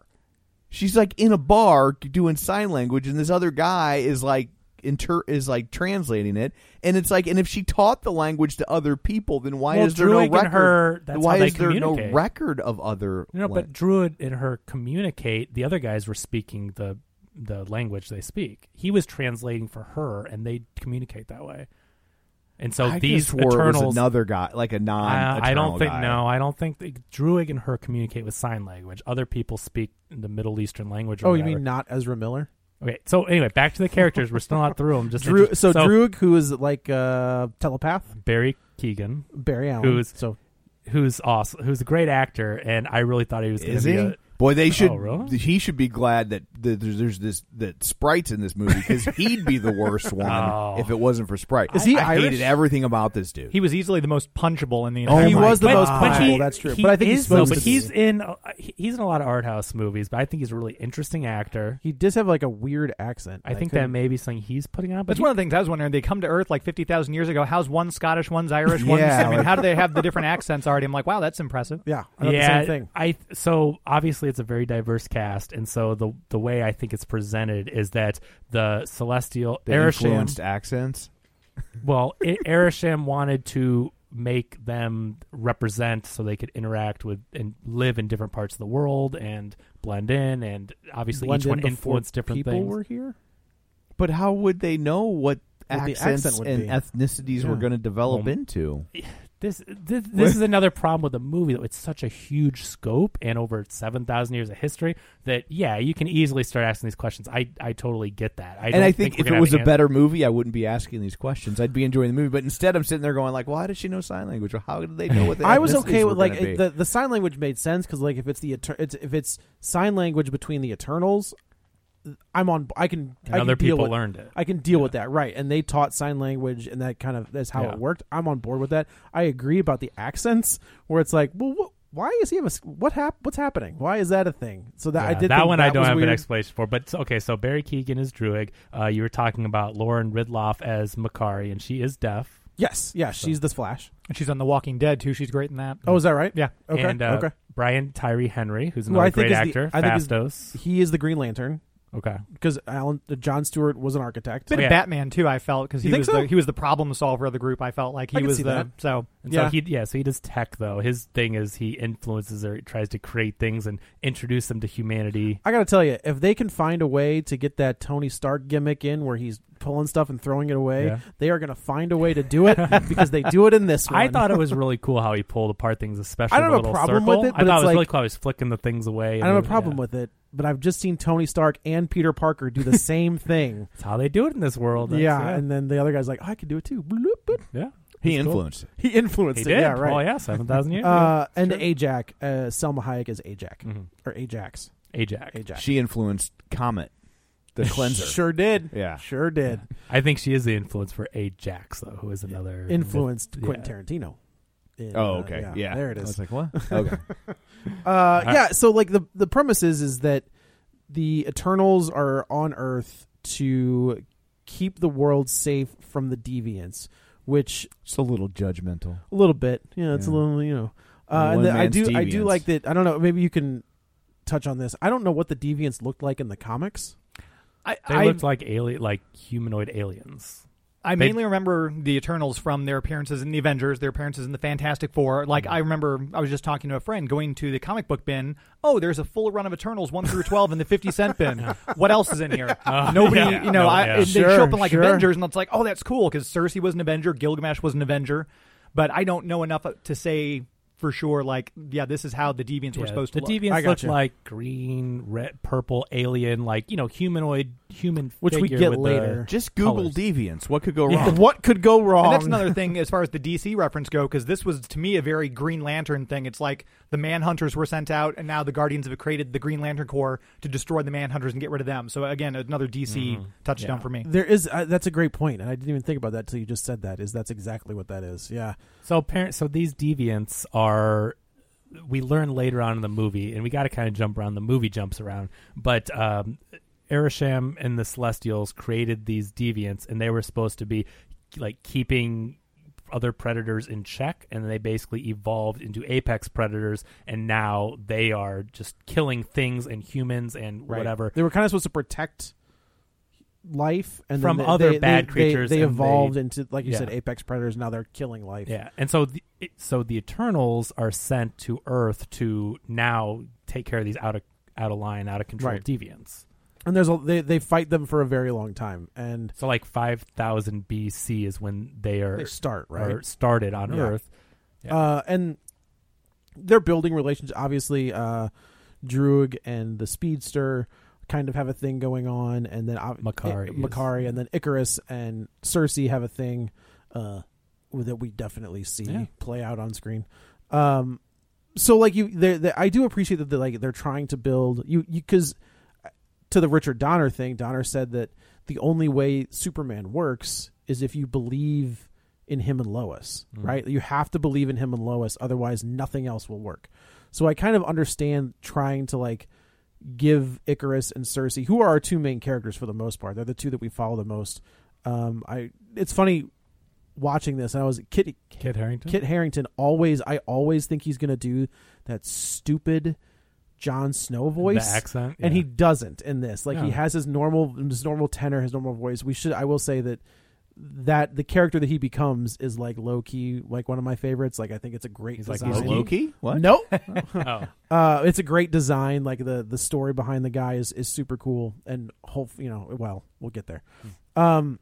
S2: She's like in a bar doing sign language, and this other guy is like inter is like translating it, and it's like, and if she taught the language to other people, then why
S4: Well,
S2: is there
S4: Druid
S2: no
S4: and
S2: record?
S4: her, that's
S2: why
S4: how they
S2: is there no
S4: communicate.
S2: record of other?
S4: no
S2: lan-
S4: but druid and her communicate the other guys were speaking the the language they speak he was translating for her and they communicate that way And so
S2: I
S4: these
S2: just swore it was
S4: Eternals,
S2: another guy, like a non.
S4: I, I don't
S2: Eternal
S4: think
S2: guy.
S4: no. I don't think that Druid and her communicate with sign language. Other people speak the Middle Eastern language. Or
S3: Oh, you
S4: whatever.
S3: mean not Ezra Miller?
S4: Okay, so anyway, back to the characters. We're still not through them. Just
S3: Drew, so,
S4: so Mm-hmm.
S3: Droog, who is like uh, telepath,
S4: Barry Keegan,
S3: Barry Allen.
S4: Who's-
S3: so
S4: who's awesome, who's a great actor, and I really thought he was going
S2: Is
S4: to be.
S2: he?
S4: A, Oh,
S2: Boy, they should.
S4: really?
S2: He should be glad that th- there's, there's this that Sprite's in this movie because he'd be the worst one
S4: Oh.
S2: if it wasn't for Sprite.
S3: Is he
S2: I
S3: Irish?
S2: hated everything about this dude.
S5: He was easily the most punchable in the
S2: Oh
S5: entire.
S3: he
S2: my
S3: was the
S2: God.
S3: most
S2: But
S3: punchable.
S2: he-
S3: that's true. But I think
S4: is,
S3: he's supposed
S4: though,
S3: to
S4: but
S3: be.
S4: he's in uh, he- he's in a lot of art house movies, but I think he's a really interesting actor.
S3: He does have like a weird accent.
S4: I think that
S3: couldn't-
S4: may be something he's putting on. But
S5: That's
S4: he-
S5: one of the things I was wondering. They come to Earth like fifty thousand years ago. How's one Scottish, one's Irish, one's?
S2: Yeah,
S5: I mean,
S2: like-
S5: how do they have the different accents already? I'm like, wow, that's impressive.
S3: Yeah, I thought
S4: yeah,
S3: the same thing.
S4: I so obviously it's a very diverse cast, and so the the way I think it's presented is that the celestial
S2: the
S4: Ereshkigal
S2: influenced accents.
S4: Well, I- Ereshkigal wanted to make them represent so they could interact with and live in different parts of the world and blend in, and obviously
S3: Blend
S4: each
S3: in
S4: one
S3: before
S4: influenced different
S3: people
S4: things.
S3: were here.
S2: But how would they know what
S3: What the
S2: accents
S3: accent would
S2: and
S3: be.
S2: ethnicities
S3: Yeah.
S2: we're going to develop
S4: Well,
S2: into?
S4: This this, this is another problem with the movie though. It's such a huge scope and over seven thousand years of history that yeah, you can easily start asking these questions. I I totally get that. I
S2: and
S4: don't
S2: I think,
S4: we're
S2: if it
S4: gonna have
S2: was a
S4: an-
S2: better movie, I wouldn't be asking these questions. I'd be enjoying the movie, but instead, I'm sitting there going like, "Why does she know sign language? Or how did they know what?" The
S3: I was
S2: ethnicities
S3: okay
S2: were
S3: with like
S2: gonna be?
S3: it, the the sign language made sense because like if it's the Eter- it's, if it's sign language between the Eternals, I'm on. I can.
S4: And
S3: I can
S4: other
S3: deal
S4: people
S3: with-
S4: learned it.
S3: I can deal with that, right? And they taught sign language, and that kind of that's how
S4: Yeah.
S3: it worked. I'm on board with that. I agree about the accents, where it's like, well, wh- why is he have a s- what hap- What's happening? Why is that a thing? So that I
S4: Yeah,
S3: did
S4: that
S3: think
S4: one. I don't
S3: was
S4: have
S3: weird.
S4: an explanation for, but so- okay. So Barry Keegan is Druig. Uh, you were talking about Lauren Ridloff as Makari, and she is deaf.
S3: Yes, yeah, she's the Flash.
S5: And she's on The Walking Dead too. She's great in that.
S3: Oh, is that right?
S5: Yeah.
S3: Okay.
S4: and uh,
S3: okay.
S4: Brian Tyree Henry, who's
S3: Who I
S4: another
S3: think
S4: great
S3: is the-
S4: actor,
S3: I think is-
S4: Fastos.
S3: He is the Green Lantern
S4: Okay,
S3: because Alan uh, John Stewart was an architect.
S5: bit
S4: Yeah.
S5: of Batman too. I felt because he
S3: You think
S5: was
S3: so?
S5: the he was the problem solver of the group. I felt like he
S3: I can
S5: was
S3: see
S5: the
S3: that.
S5: so
S4: and
S3: Yeah.
S4: so he yeah, so he does tech though. His thing is he influences or tries to create things and introduce them to humanity.
S3: I gotta tell you, if they can find a way to get that Tony Stark gimmick in, where he's pulling stuff and throwing it away,
S4: Yeah.
S3: they are gonna find a way to do it because they do it in this one.
S4: I thought it was really cool how he pulled apart things, especially
S3: I don't
S4: the
S3: have a
S4: little
S3: problem
S4: circle.
S3: with it, but
S4: I thought
S3: it's
S4: it was really
S3: like-
S4: cool. I was flicking the things away.
S3: I don't have a problem with it, but I've just seen Tony Stark and Peter Parker do the same thing.
S4: It's how they do it in this world.
S3: yeah,
S4: That's-
S3: and then the other guy's like, oh, I could do it too. Bloop, bloop.
S4: yeah.
S2: he
S4: It's cool.
S2: influenced. it.
S3: He influenced
S4: He
S3: it.
S4: did.
S3: Yeah, right.
S4: Oh yeah, Mm-hmm. seven thousand years.
S3: Uh, and Ajax, uh, Selma Hayek is Ajax or Ajax.
S4: Ajax.
S3: Ajax.
S2: She influenced Comet, the cleanser.
S3: sure did.
S2: Yeah.
S3: sure did.
S4: I think she is the influence for Ajax, though, who is another
S3: Influenced
S4: Yeah.
S3: Quentin Tarantino. In,
S2: Oh,
S3: uh,
S2: okay. yeah.
S3: there it
S2: I was
S3: is.
S2: like, "What?" Okay.
S3: Uh,
S4: I-
S3: yeah. So like the the premise is is that the Eternals are on Earth to keep the world safe from the deviants, which
S2: Just a little judgmental.
S3: a little bit, yeah, it's a
S2: Yeah.
S3: little, you know. Uh, and
S2: One
S3: then I
S2: man's
S3: do I do
S2: deviants.
S3: like that. I don't know. Maybe you can touch on this. I don't know what the deviants looked like in the comics.
S5: I
S4: They
S5: I,
S4: looked like alien, like humanoid aliens.
S5: I
S4: they-
S5: mainly remember the Eternals from their appearances in the Avengers, their appearances in the Fantastic Four. Like I remember, I was just talking to a friend going to the comic book bin. Oh, there's a full run of Eternals one through twelve in the fifty cent bin. What else is in here? Nobody,
S4: yeah.
S5: you know,
S4: No,
S5: I,
S4: yeah.
S5: they
S3: Sure,
S5: show up in like
S3: sure.
S5: Avengers, and it's like, oh, that's cool because Cersei was an Avenger, Gilgamesh was an Avenger, but I don't know enough to say for sure. Like, yeah, this is how the Deviants were
S4: Yeah,
S5: supposed
S4: the
S5: to look.
S4: deviants
S3: I
S4: looked
S3: gotcha.
S4: like green, red, purple alien, like you know, humanoid, human,
S3: Which we
S4: figure
S3: get
S4: with the-
S3: later.
S2: Just Google
S4: Colors.
S2: deviants. What could go wrong?
S3: What could go wrong?
S5: And that's
S6: Um,
S5: another thing as far as the DC reference go, because this was to me a very Green Lantern thing. It's like the Manhunters were sent out, and now the Guardians have created the Green Lantern Corps to destroy the Manhunters and get rid of them. So again, another DC
S6: Mm-hmm.
S5: touchdown for me.
S3: There is uh, that's a great point, and I didn't even think about that till you just said that. Is that's exactly what that is? Yeah.
S4: So parents, so these deviants are. We learn later on in the movie, and we got to kind of jump around. The movie jumps around, but um, Ereshkigal and the Celestials created these deviants, and they were supposed to be like keeping other predators in check, and they basically evolved into apex predators, and now they are just killing things and humans and whatever.
S3: They were kind of supposed to protect life and
S4: From
S3: then they-
S4: other
S3: they-
S4: bad
S3: they-
S4: creatures
S3: They,
S4: and
S3: evolved
S4: they-
S3: into, like you said,
S4: Yeah.
S3: apex predators. Now they're killing life.
S4: Yeah, and so the, it- so the Eternals are sent to Earth to now take care of these out of out of line, out of control
S3: Right.
S4: deviants.
S3: and there's a they, they fight them for a very long time and
S4: So like 5000 BC is when they are
S3: They start, right?
S4: are started on
S3: Yeah.
S4: Earth. Yeah.
S3: uh and they're building relations obviously uh Droog and the speedster kind of have a thing going on and then ob-
S4: Makari
S3: I-
S4: is-
S3: Makari and then Icarus and Cersei have a thing uh that we definitely see
S4: Yeah.
S3: play out on screen um so like you they they- I do appreciate that they like they're trying to build you you cuz to the Richard Donner thing, Donner said that the only way Superman works is if you believe in him and Lois, right? You have to believe in him and Lois, otherwise nothing else will work. So I kind of understand trying to like give Icarus and Cersei, who are our two main characters for the most part, they're the two that we follow the most. Um, I it's funny watching this, and I was Kit
S4: Kit Harrington.
S3: Kit Harrington always I always think he's gonna do that stupid Jon Snow voice
S4: accent,
S3: and
S4: yeah.
S3: he doesn't in this. Like he
S4: No.
S3: has his normal his normal tenor, his normal voice. We should I will say that that the character that he becomes is like low key, like one of my favorites. Like I think it's a great
S4: He's like
S3: design.
S2: Loki? What?
S3: Nope.
S4: oh.
S3: Uh, it's a great design. Like the the story behind the guy is is super cool, and hope you know. Well, we'll get there. Um,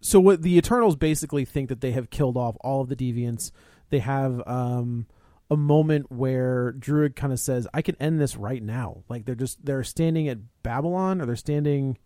S3: so what the Eternals basically think that they have killed off all of the deviants. They have um a moment where Druid kind of says, "I can end this right now." Like they're just they're standing at Babylon, or they're standing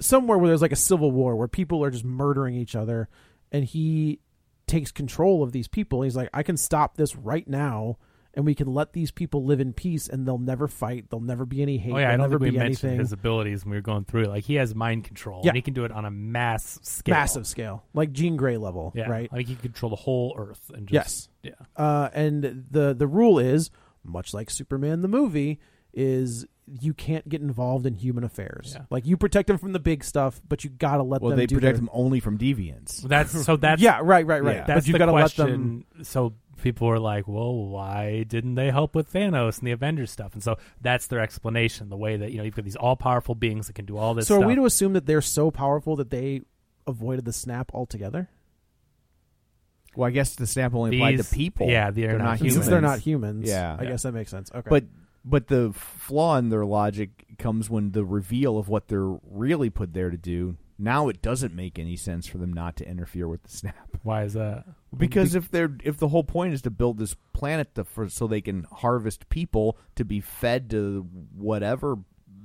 S3: somewhere where there's like a civil war where people are just murdering each other, and he takes control of these people. He's like, I can stop this right now, and we can let these people live in peace, and they'll never fight. There'll never be any hate.
S4: Oh yeah, I
S3: there'll
S4: don't
S3: never
S4: think we
S3: be
S4: mentioned
S3: anything.
S4: his abilities when we were going through. it. Like he has mind control,
S3: Yeah.
S4: and he can do it on a mass scale,
S3: massive scale, like Jean Grey level,
S4: yeah.
S3: right?
S4: Like he can control the whole Earth and
S3: Yes.
S4: just yeah.
S3: Uh, and the the rule is much like Superman the movie is you can't get involved in human affairs.
S4: Yeah.
S3: Like you protect them from the big stuff, but you gotta let
S2: Well,
S3: them.
S2: they
S3: do
S2: protect
S3: their-
S2: them only from deviants.
S4: That's so that's
S3: Yeah, right, right, right.
S2: Yeah.
S4: That's
S3: but you
S4: the
S3: gotta let them
S4: question. So people are like, "Well, why didn't they help with Thanos and the Avengers stuff?" And so that's their explanation. The way that you know you've got these all-powerful beings that can do all this.
S3: So
S4: stuff.
S3: are we to assume that they're so powerful that they avoided the snap altogether?
S2: Well, I guess the snap only applied to
S4: These-
S2: people.
S4: yeah, they're not
S2: not
S4: humans.
S2: humans.
S3: Since they're not humans,
S2: Yeah.
S3: I
S2: Yeah.
S3: guess that makes sense. Okay,
S2: But but the flaw in their logic comes when the reveal of what they're really put there to do. Now it doesn't make any sense for them not to interfere with the snap.
S4: Why is that?
S2: Because if they're if the whole point is to build this planet to, for so they can harvest people to be fed to whatever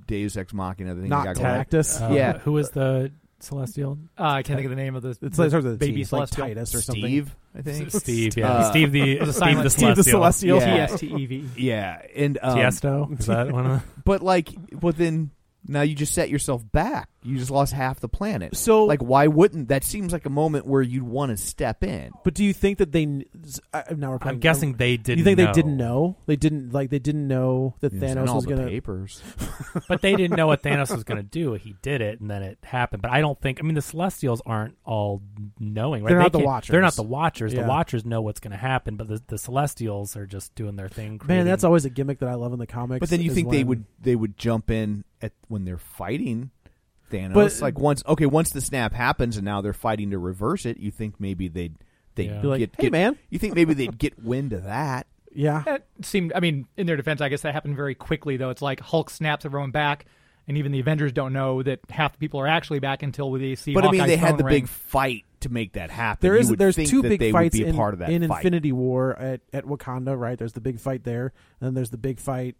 S2: Deus Ex Machina thing
S3: not
S2: they got going on.
S3: Tactus.
S4: Uh,
S2: Yeah.
S4: Who is the Celestial?
S5: Uh, I can't think of the name of this.
S3: it's like sort of the
S5: baby
S3: T, like
S5: celestial.
S3: Titus or something.
S2: Steve, I think
S4: Steve. Yeah.
S2: Uh,
S4: Steve the
S5: was a
S4: Steve the
S5: silent- Steve
S3: the
S4: Celestial.
S3: Celestial.
S2: Yeah.
S5: T S T E V.
S2: Yeah, and um,
S4: Tiesto. Is that one of the?
S2: But like, well, then now you just set yourself back. You just lost half the planet.
S3: So-
S2: like, why wouldn't that? Seems like a moment where you'd want to step in.
S3: But do you think that they? kn- I- Now we're
S4: I'm
S3: playing-
S4: guessing they didn't.
S3: you think they didn't know? They didn't like they didn't know that
S2: It's in
S3: Thanos
S2: all
S3: was
S2: the
S3: gonna.
S2: papers.
S4: but they didn't know what Thanos was going to do. He did it, and then it happened. But I don't think. I mean, the Celestials aren't all knowing. Right?
S3: They're not the
S4: can't-
S3: Watchers.
S4: They're not the Watchers.
S3: Yeah.
S4: The Watchers know what's going to happen, but the, the Celestials are just doing their thing.
S3: Man,
S4: creating-
S3: that's always a gimmick that I love in the comics.
S2: But then you
S3: is
S2: think they
S3: when-
S2: would they would jump in at when they're fighting Thanos.
S3: But-
S2: like once okay, once the snap happens and now they're fighting to reverse it. You think maybe they'd they
S4: Yeah.
S2: would
S4: Be
S3: like,
S2: get,
S3: "Hey,
S2: get-
S3: man."
S2: You think maybe they'd get wind of that.
S3: Yeah,
S5: That seemed. I mean, in their defense, I guess that happened very quickly. Though it's like Hulk snaps everyone back, and even the Avengers don't know that half the people are actually back until they see.
S2: But I mean,
S5: Hawkeye's
S2: they had
S5: phone
S2: the
S5: ring.
S2: big fight to make that happen.
S3: there
S2: You
S3: is
S2: would
S3: there's
S2: think
S3: two
S2: that
S3: big
S2: they
S3: fights
S2: would be
S3: in,
S2: a part of that
S3: in
S2: fight.
S3: Infinity War at, at Wakanda, right? There's the big fight there, and then there's the big fight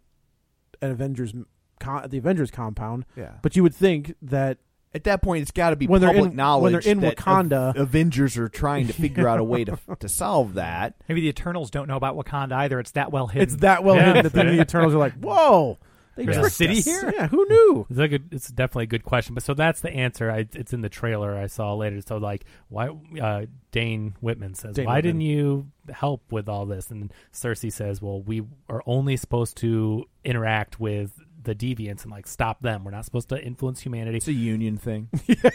S3: at Avengers con, the Avengers compound.
S2: Yeah.
S3: But you would think that
S2: At that point, it's got to be
S3: When they're
S2: public
S3: in-
S2: knowledge
S3: when they're in
S2: that
S3: Wakanda-
S2: Av- Avengers are trying to figure out a way to to solve that.
S5: Maybe the Eternals don't know about Wakanda either. It's that well hidden.
S3: it's that well
S4: Yeah.
S3: hidden that then the Eternals are like, "Whoa, they
S4: There's a
S3: tricked
S4: city
S3: us."
S4: here?
S3: Yeah, who knew?
S4: It's, like a, it's definitely a good question, but so that's the answer. I, it's in the trailer I saw later. So like, why uh, Dane Whitman says,
S3: Dane
S4: "Why
S3: Whitman.
S4: didn't you help with all this?" And Cersei says, "Well, we are only supposed to interact with the deviants and like stop them. We're not supposed to influence humanity."
S2: It's a union thing.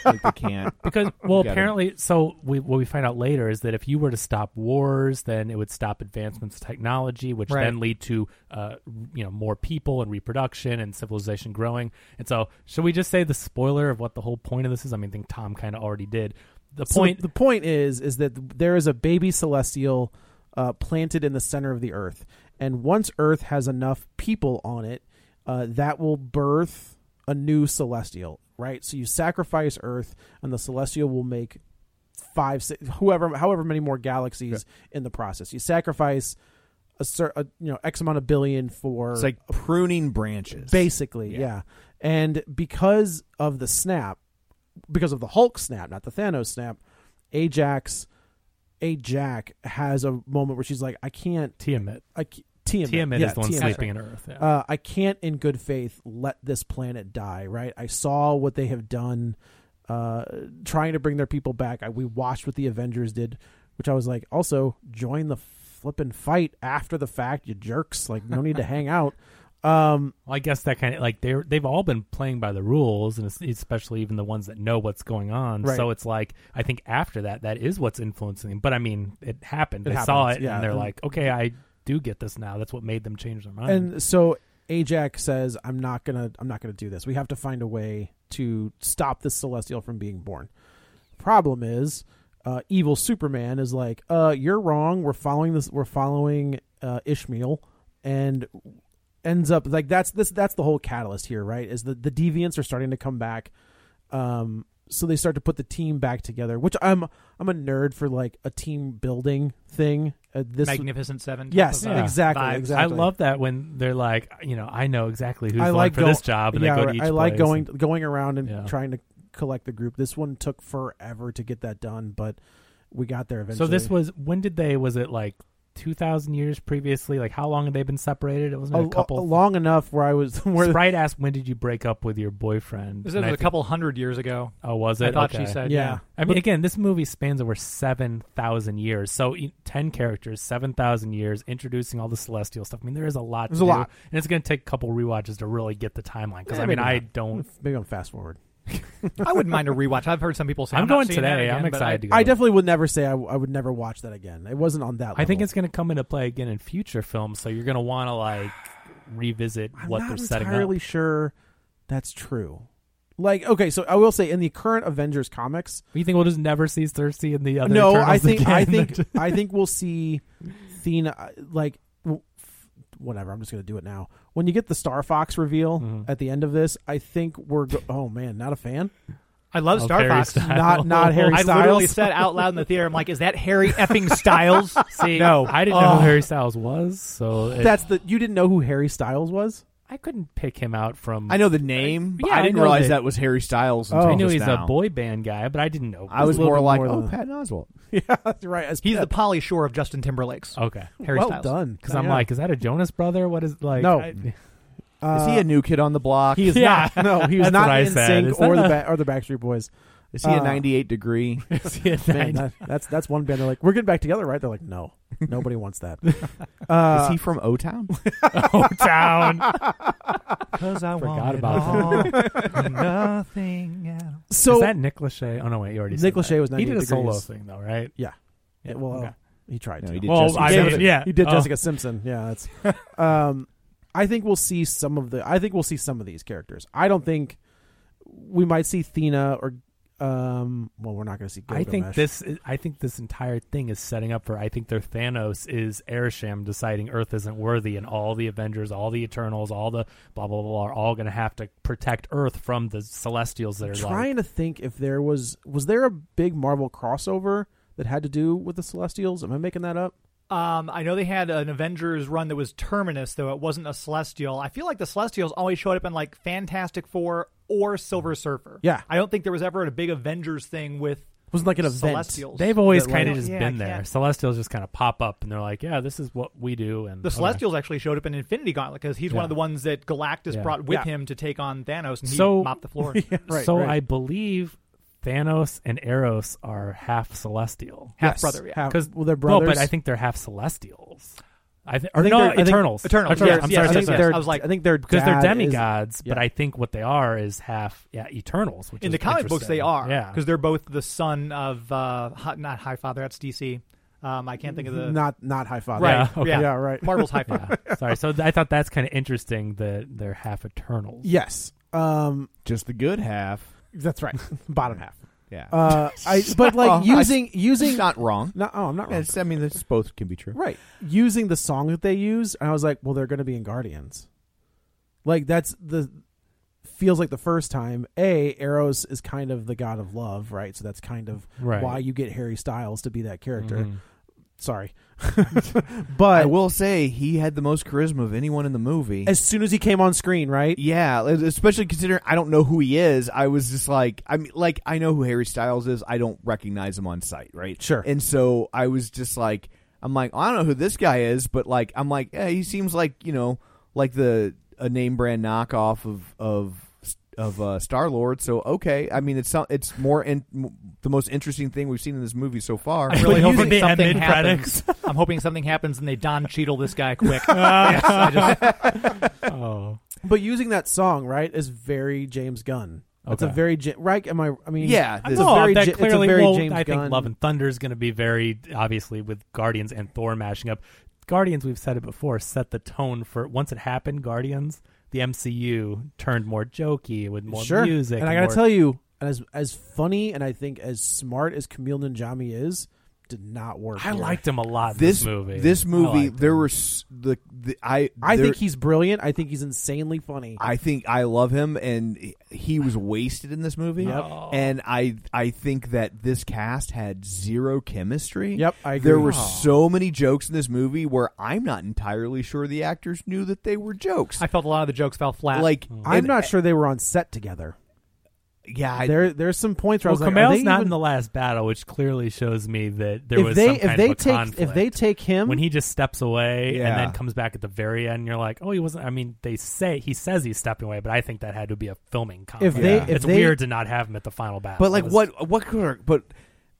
S2: Like, they can't.
S4: because well
S2: Got it.
S4: apparently so we, what we find out later is that if you were to stop wars then it would stop advancements of technology which
S5: Right.
S4: then lead to uh, you know more people and reproduction and civilization growing and so should we just say the spoiler of what the whole point of this is i mean I think tom kind of already did the
S3: So
S4: point
S3: the point is is that there is a baby celestial uh, planted in the center of the earth, and once Earth has enough people on it, uh, that will birth a new celestial, right? So you sacrifice Earth, and the celestial will make five, six, whoever, however many more galaxies in the process. You sacrifice a, cer- a you know x amount of billion for
S2: It's like pruning branches.
S3: Basically, yeah. And because of the snap, because of the Hulk snap, not the Thanos snap, Ajax, Ajax has a moment where she's like, I can't,
S4: Tiamat.
S3: I can't, Tiamat,
S4: Tiamat
S3: yeah,
S4: is the one
S3: Tiamat.
S4: sleeping in Earth. Yeah.
S3: Uh, I can't, in good faith, let this planet die. Right? I saw what they have done, uh, trying to bring their people back. I, we watched what the Avengers did, which I was like, also join the flippin' fight after the fact, you jerks. Like, no need to hang out. Um,
S4: Well, I guess that kind of like they are they've all been playing by the rules, and es- especially even the ones that know what's going on.
S3: Right.
S4: So it's like I think after that, that is what's influencing them. But I mean, it happened.
S3: It
S4: they saw
S3: happens,
S4: it,
S3: yeah.
S4: and they're like, okay, I do get this now. That's what made them change their mind.
S3: and so Ajax says, "I'm not gonna, I'm not gonna do this. We have to find a way to stop this celestial from being born." Problem is, uh, evil Superman is like, "Uh, you're wrong. We're following this. We're following uh, Ishmael," and ends up like that's this that's the whole catalyst here, right? Is the the deviants are starting to come back. Um, so they start to put the team back together, which I'm I'm a nerd for like a team building thing. Uh, this
S5: Magnificent Seven. type
S3: Yes,
S5: of, uh,
S3: exactly,
S5: vibes.
S3: exactly.
S4: I love that when they're like, you know, I know exactly who's
S3: I
S4: going
S3: like
S4: for
S3: go-
S4: this job, and
S3: yeah,
S4: they go to
S3: right.
S4: each.
S3: I like
S4: place
S3: going
S4: and-
S3: going around and
S4: Yeah.
S3: trying to collect the group. This one took forever to get that done, but we got there
S4: so
S3: eventually.
S4: this was when did they? Was it like two thousand years previously? Like how long had they been separated? It wasn't
S3: a,
S4: a, couple.
S3: a- long enough where I was where
S4: Sprite asked, "When did you break up with your boyfriend?"
S5: This
S4: And
S5: was
S4: I
S5: a
S4: think-
S5: couple hundred years ago.
S4: Oh, was it?
S5: I thought she
S4: Okay.
S5: said.
S3: yeah.
S4: I mean, again, this movie spans over 7,000 years. So e- 10 characters, 7,000 years, introducing all the celestial stuff. I mean, there is a lot
S3: There's
S4: to
S3: a
S4: do,
S3: lot.
S4: And it's going to take a couple rewatches to really get the timeline. Because,
S3: Yeah,
S4: I mean,
S3: maybe
S4: I
S3: not.
S4: don't.
S3: maybe I'm fast forward.
S5: I wouldn't mind a rewatch. I've heard some people say
S4: I'm,
S5: I'm not
S4: going
S5: seeing that
S4: today.
S5: again,"
S4: I'm
S5: but I-
S4: excited to go.
S3: I definitely would never say I, I would never watch that again. It wasn't on that. Level.
S4: I think it's going to come into play again in future films. So you're going to want to, like, revisit
S3: I'm
S4: what
S3: not
S4: they're setting
S3: entirely
S4: up.
S3: sure that's true. Like okay, so I will say in the current Avengers comics,
S4: You think we'll just never see Thirsty in the other
S3: no, I
S4: Eternals
S3: think I
S4: again?
S3: think I think we'll see Thena uh, like w- f- whatever. I'm just gonna do it now. When you get the Star Fox reveal
S4: Mm-hmm.
S3: at the end of this, I think we're go- oh man, not a fan.
S5: I love
S4: Of
S5: Star
S4: Harry
S5: Fox.
S4: Styles.
S3: Not not Harry
S5: I
S3: Styles.
S5: literally said out loud in the theater, "I'm like, is that Harry effing Styles?"
S4: See,
S5: no,
S4: I didn't know
S5: Oh.
S4: who Harry Styles was. So it-
S3: that's the you didn't know who Harry Styles was.
S4: I couldn't pick him out from.
S2: I know the name. but
S4: Yeah,
S2: I
S4: I
S2: didn't
S4: know
S2: realize
S4: that- Oh.
S2: that was Harry Styles. Until
S3: Oh.
S4: I knew
S2: just
S4: he's
S2: now.
S4: a boy band guy, but I didn't know.
S2: I was
S3: He's a little
S2: more
S3: bit
S2: like,
S3: more
S2: oh,
S3: than-
S2: Patton Oswalt.
S3: yeah, right. As
S5: He's the Polly Shore of Justin Timberlake's.
S4: okay.
S5: Harry
S3: well
S5: Styles.
S3: done
S4: Because I'm like, is that a Jonas brother? What is like?
S3: No.
S4: I-
S3: Uh,
S2: is he a new kid on the block?
S4: he is
S3: yeah,
S4: not.
S3: no, he was
S4: That's
S3: not
S4: what I
S3: in
S4: said.
S3: sync
S4: Is that
S3: or the
S4: a-
S3: ba- or the Backstreet Boys.
S2: Is he
S3: Uh,
S2: a 98 degree?
S4: Is he a
S3: Man,
S4: nine-
S3: that- that's that's one band. They're like, we're getting back together, right? They're like, no, nobody wants that. uh,
S2: is he from O Town?
S4: Oh, town.
S5: Because I
S4: Forgot
S5: want it
S4: about
S5: all and nothing else.
S3: So
S4: is that Nick Lachey? Oh no, wait, you already. said
S3: Nick
S4: that.
S3: Lachey was
S4: He did a
S3: 98
S4: solo
S3: degrees.
S4: thing though, right?
S3: Yeah.
S4: Yeah,
S3: well,
S4: okay.
S3: he tried
S2: No,
S3: to.
S2: he did
S4: Well,
S2: Jessica
S4: I
S2: Simpson.
S4: mean, yeah,
S3: He did
S4: Oh.
S3: Jessica Simpson. Yeah, that's. um, I think we'll see some of the. I think we'll see some of these characters. I don't think we might see Thena or. Um, well, we're not going to see.
S4: I
S3: Gilgamesh.
S4: think this. Is, I think this entire thing is setting up for. I think their Thanos is Airsham deciding Earth isn't worthy, and all the Avengers, all the Eternals, all the blah blah blah, blah are all going to have to protect Earth from the Celestials that are like,
S3: trying to think if there was was there a big Marvel crossover that had to do with the Celestials? Am I making that up?
S5: Um, I know they had an Avengers run that was Terminus, though it wasn't a Celestial. I feel like the Celestials always showed up in like Fantastic Four or Silver Surfer.
S3: Yeah.
S5: I don't think there was ever a big Avengers thing with
S3: It was like an event.
S5: Celestials.
S4: They've always
S3: that, like-
S4: kind of just
S5: Yeah,
S4: been
S5: I
S4: there.
S5: can't-
S4: Celestials just kind of pop up and they're like, "Yeah, this is what we do." And
S5: the
S4: okay.
S5: Celestials actually showed up in Infinity Gauntlet because he's one of the
S4: Yeah.
S5: ones that Galactus
S4: Yeah.
S5: brought with
S3: Yeah.
S5: him to take on Thanos, and he
S4: So-
S5: mopped the floor.
S3: Right,
S4: so
S3: right.
S4: I believe Thanos and Eros are half Celestial.
S5: Half brother, yeah.
S3: Half-
S4: Because
S3: well, they're
S4: no,
S3: brothers.
S4: but I think they're half Celestials. I, th- or
S3: think
S4: no,
S3: they're- I think-
S4: Eternals.
S5: Eternals, yes,
S4: I'm
S5: yes,
S4: sorry,
S5: yes,
S4: sorry,
S5: yes.
S4: sorry.
S3: they're-
S5: I was like-
S3: I think they're
S4: because they're demigods, but
S3: yeah.
S4: I think what they are is half yeah, Eternals. Which
S5: in
S4: is
S5: the comic books,
S4: interesting.
S5: they are
S4: yeah.
S5: because they're both the son of uh, Hi- not High Father. That's DC. Um, I can't think of the
S3: not not high five.
S5: right.
S4: Yeah, okay.
S5: yeah.
S3: Yeah, right.
S5: Marvel's High Father.
S4: Yeah. sorry, so th- I thought that's kind of interesting that they're half Eternals.
S3: Yes. Um,
S2: Just the good half.
S3: that's right. Bottom half.
S2: Yeah.
S3: Uh, I but
S2: Well, I-
S3: like using using
S2: not wrong.
S3: no, oh, I'm not wrong.
S2: It's- I mean, this both can be true.
S3: Right, using the song that they use, and I was like, well, they're going to be in Guardians. Like that's the feels like the first time. A Eros is kind of the god of love, right? So that's kind of
S4: Right. Mm-hmm.
S3: why you get Harry Styles to be that character. Sorry, but
S2: I will say he had the most charisma of anyone in the movie.
S3: as soon as he came on screen, right?
S2: yeah, especially considering I don't know who he is. I was just like, I mean, like I know who Harry Styles is. I don't recognize him on sight, right?
S3: Sure.
S2: And so I was just like, I'm like, I don't know who this guy is, but like, I'm like, eh, he seems like you know, like the a name brand knockoff of of of uh, Star Lord. So okay, I mean, it's so- it's more in, m- the most interesting thing we've seen in this movie so far.
S5: I'm really
S4: But using
S5: hoping
S4: the
S5: something
S4: admin
S5: happens. I'm hoping something happens and they Don Cheadle this guy quick. Yes, I just-
S4: Oh,
S3: But using that song, right, is very James Gunn. It's a
S4: Okay.
S3: very Ja- right. Am I? I mean,
S2: Yeah,
S3: it's
S2: this-
S3: a
S4: no,
S3: very,
S4: that
S3: Ja-
S4: clearly.
S3: it's a very
S4: well,
S3: James
S4: I think
S3: Gunn.
S4: Love and Thunder is going to be very obviously with Guardians and Thor mashing up. Guardians, we've said it before, set the tone for once it happened. Guardians, the MCU turned more jokey with more
S3: sure.
S4: music.
S3: And I gotta
S4: more-
S3: tell you, as as funny and I think as smart as Camille Ninjami is, did not work.
S4: I
S3: here.
S4: liked him a lot. In
S2: this
S4: movie,
S2: this
S4: I
S2: movie,
S4: liked
S2: there
S4: him.
S2: were s- the, the I
S3: I
S2: there-
S3: think he's brilliant. I think he's insanely funny.
S2: I think I love him, and he was wasted in this movie.
S3: Yep.
S2: And I I think that this cast had zero chemistry.
S3: Yep, I
S2: There
S3: agree.
S2: were
S3: Aw.
S2: so many jokes in this movie where I'm not entirely sure the actors knew that they were jokes.
S5: I felt a lot of the jokes fell flat.
S2: like
S3: I'm
S2: and-
S3: not sure they were on set together.
S2: Yeah, I,
S3: there, there's some points where
S4: Well,
S3: I was like, are
S4: Kamel's
S3: they
S4: not
S3: even-
S4: in the last battle, which clearly shows me that there
S3: if
S4: was
S3: they
S4: some
S3: if
S4: kind
S3: they
S4: of a
S3: take
S4: conflict.
S3: if they take him
S4: when he just steps away
S2: Yeah.
S4: and then comes back at the very end, you're like, oh, he wasn't. I mean, they say he says he stepped away, but I think that had to be a filming conflict.
S3: they-
S2: Yeah. if
S4: it's
S3: they-
S4: weird to not have him at the final battle.
S2: but like
S4: It was-
S2: what what could our- but.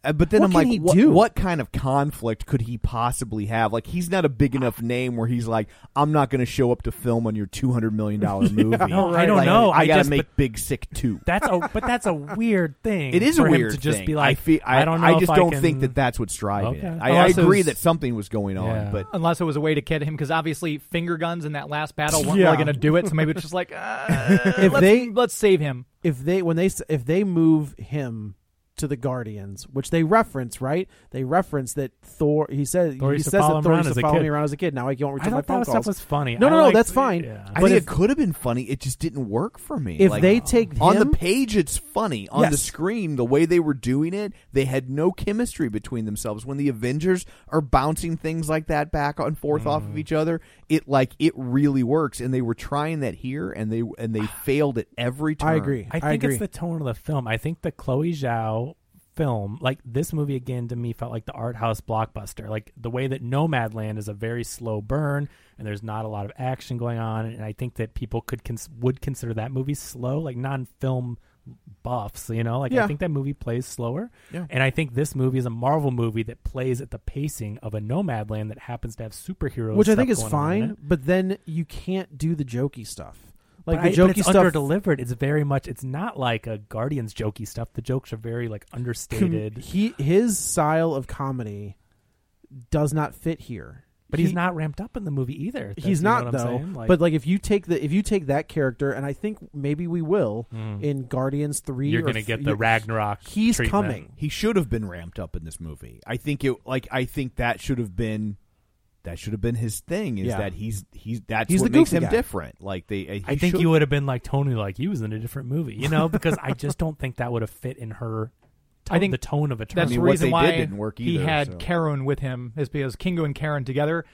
S2: uh, But then
S3: What
S2: I'm
S3: can
S2: like,
S3: he
S2: what,
S3: do?
S2: what kind of conflict could he possibly have? Like, he's not a big enough name where he's like, I'm not going to show up to film on your 200 million dollar movie.
S4: No, I don't
S2: Like,
S4: know.
S2: I,
S4: I
S2: got to
S4: just-
S2: make
S4: but-
S2: Big Sick two.
S4: That's a but that's a weird thing.
S2: It is a
S4: for him
S2: weird
S4: to just
S2: thing.
S4: be like.
S2: I, feel, I,
S4: don't know.
S2: I
S4: if
S2: just don't
S4: can-
S2: think that that's what's driving
S4: Okay.
S2: it. I, I
S5: Unless it
S2: agree
S5: was-
S2: that something was going on,
S4: Yeah.
S2: but
S5: unless it was a way to kid him, because obviously finger guns in that last battle weren't
S3: Yeah.
S5: really going to do it. So maybe it's just like, uh,
S3: If
S5: let's,
S3: they-
S5: let's save him.
S3: if they when they s- if they move him to the Guardians, which they reference, right? They reference that Thor. He says
S4: Thor
S3: he
S4: used to
S3: says that
S4: follow
S3: Thor
S4: him around
S3: used
S4: as
S3: to
S4: a
S3: follow
S4: kid.
S3: me around as a kid. Now I don't
S4: I
S3: return my
S4: thought
S3: phone
S4: that
S3: calls.
S4: stuff was funny.
S3: No,
S4: I
S3: no, no,
S4: liked-
S3: that's fine.
S4: yeah.
S2: I
S3: But
S2: think
S3: if-
S2: it could have been funny. It just didn't work for me.
S3: If
S2: Like,
S3: they take
S2: on
S3: him-
S2: the pages, funny on the
S3: Yes.
S2: screen, the way they were doing it, they had no chemistry between themselves. When the Avengers are bouncing things like that back and forth off
S4: Mm-hmm.
S2: of each other, it like it really works. And they were trying that here, and they and they failed at every time.
S3: I agree.
S4: I think
S3: agree.
S4: it's the tone of the film. I think the Chloe Zhao film, like this movie again to me felt like the art house blockbuster. Like the way that Nomadland is a very slow burn and there's not a lot of action going on and I think that people could cons- would consider that movie slow, like non-film buffs, you know? Like
S3: Yeah.
S4: I think that movie plays slower.
S2: Yeah.
S4: And I think this movie is a Marvel movie that plays at the pacing of a Nomadland that happens to have superheroes
S3: which I think is fine, but then you can't do the jokey stuff. Like the jokey
S4: it's
S3: stuff.
S4: delivered. It's very much. It's not like a Guardians jokey stuff. The jokes are very like understated.
S3: He his style of comedy does not fit here.
S4: but he's
S3: He-
S4: not ramped up in the movie either. That's-
S3: He's
S4: you know
S3: not
S4: what I'm
S3: though.
S4: saying?
S3: but like if you take the if you take that character, and I think maybe we will in Guardians three.
S4: Mm. you're
S3: going
S4: gonna
S3: to
S4: get the Ragnarok.
S3: He's
S4: treatment.
S3: coming.
S2: He should have been ramped up in this movie. I think it like I think that should have been that should have been his thing is
S3: Yeah.
S2: that he's he's that's
S3: He's
S2: what
S3: the
S2: makes
S3: goofy
S2: him
S3: guy.
S2: different. Like they, uh, he
S4: I think
S2: should-
S4: you would have been like Tony, like he was in a different movie, you know, because I just don't think that would have fit in her. Tone,
S5: I think
S4: the tone of a
S5: That's
S2: I
S5: the
S2: mean, what
S5: reason
S2: they
S5: why
S2: did didn't work
S5: he
S2: either,
S5: had
S2: so.
S5: Karen with him is because Kingo and Karen together.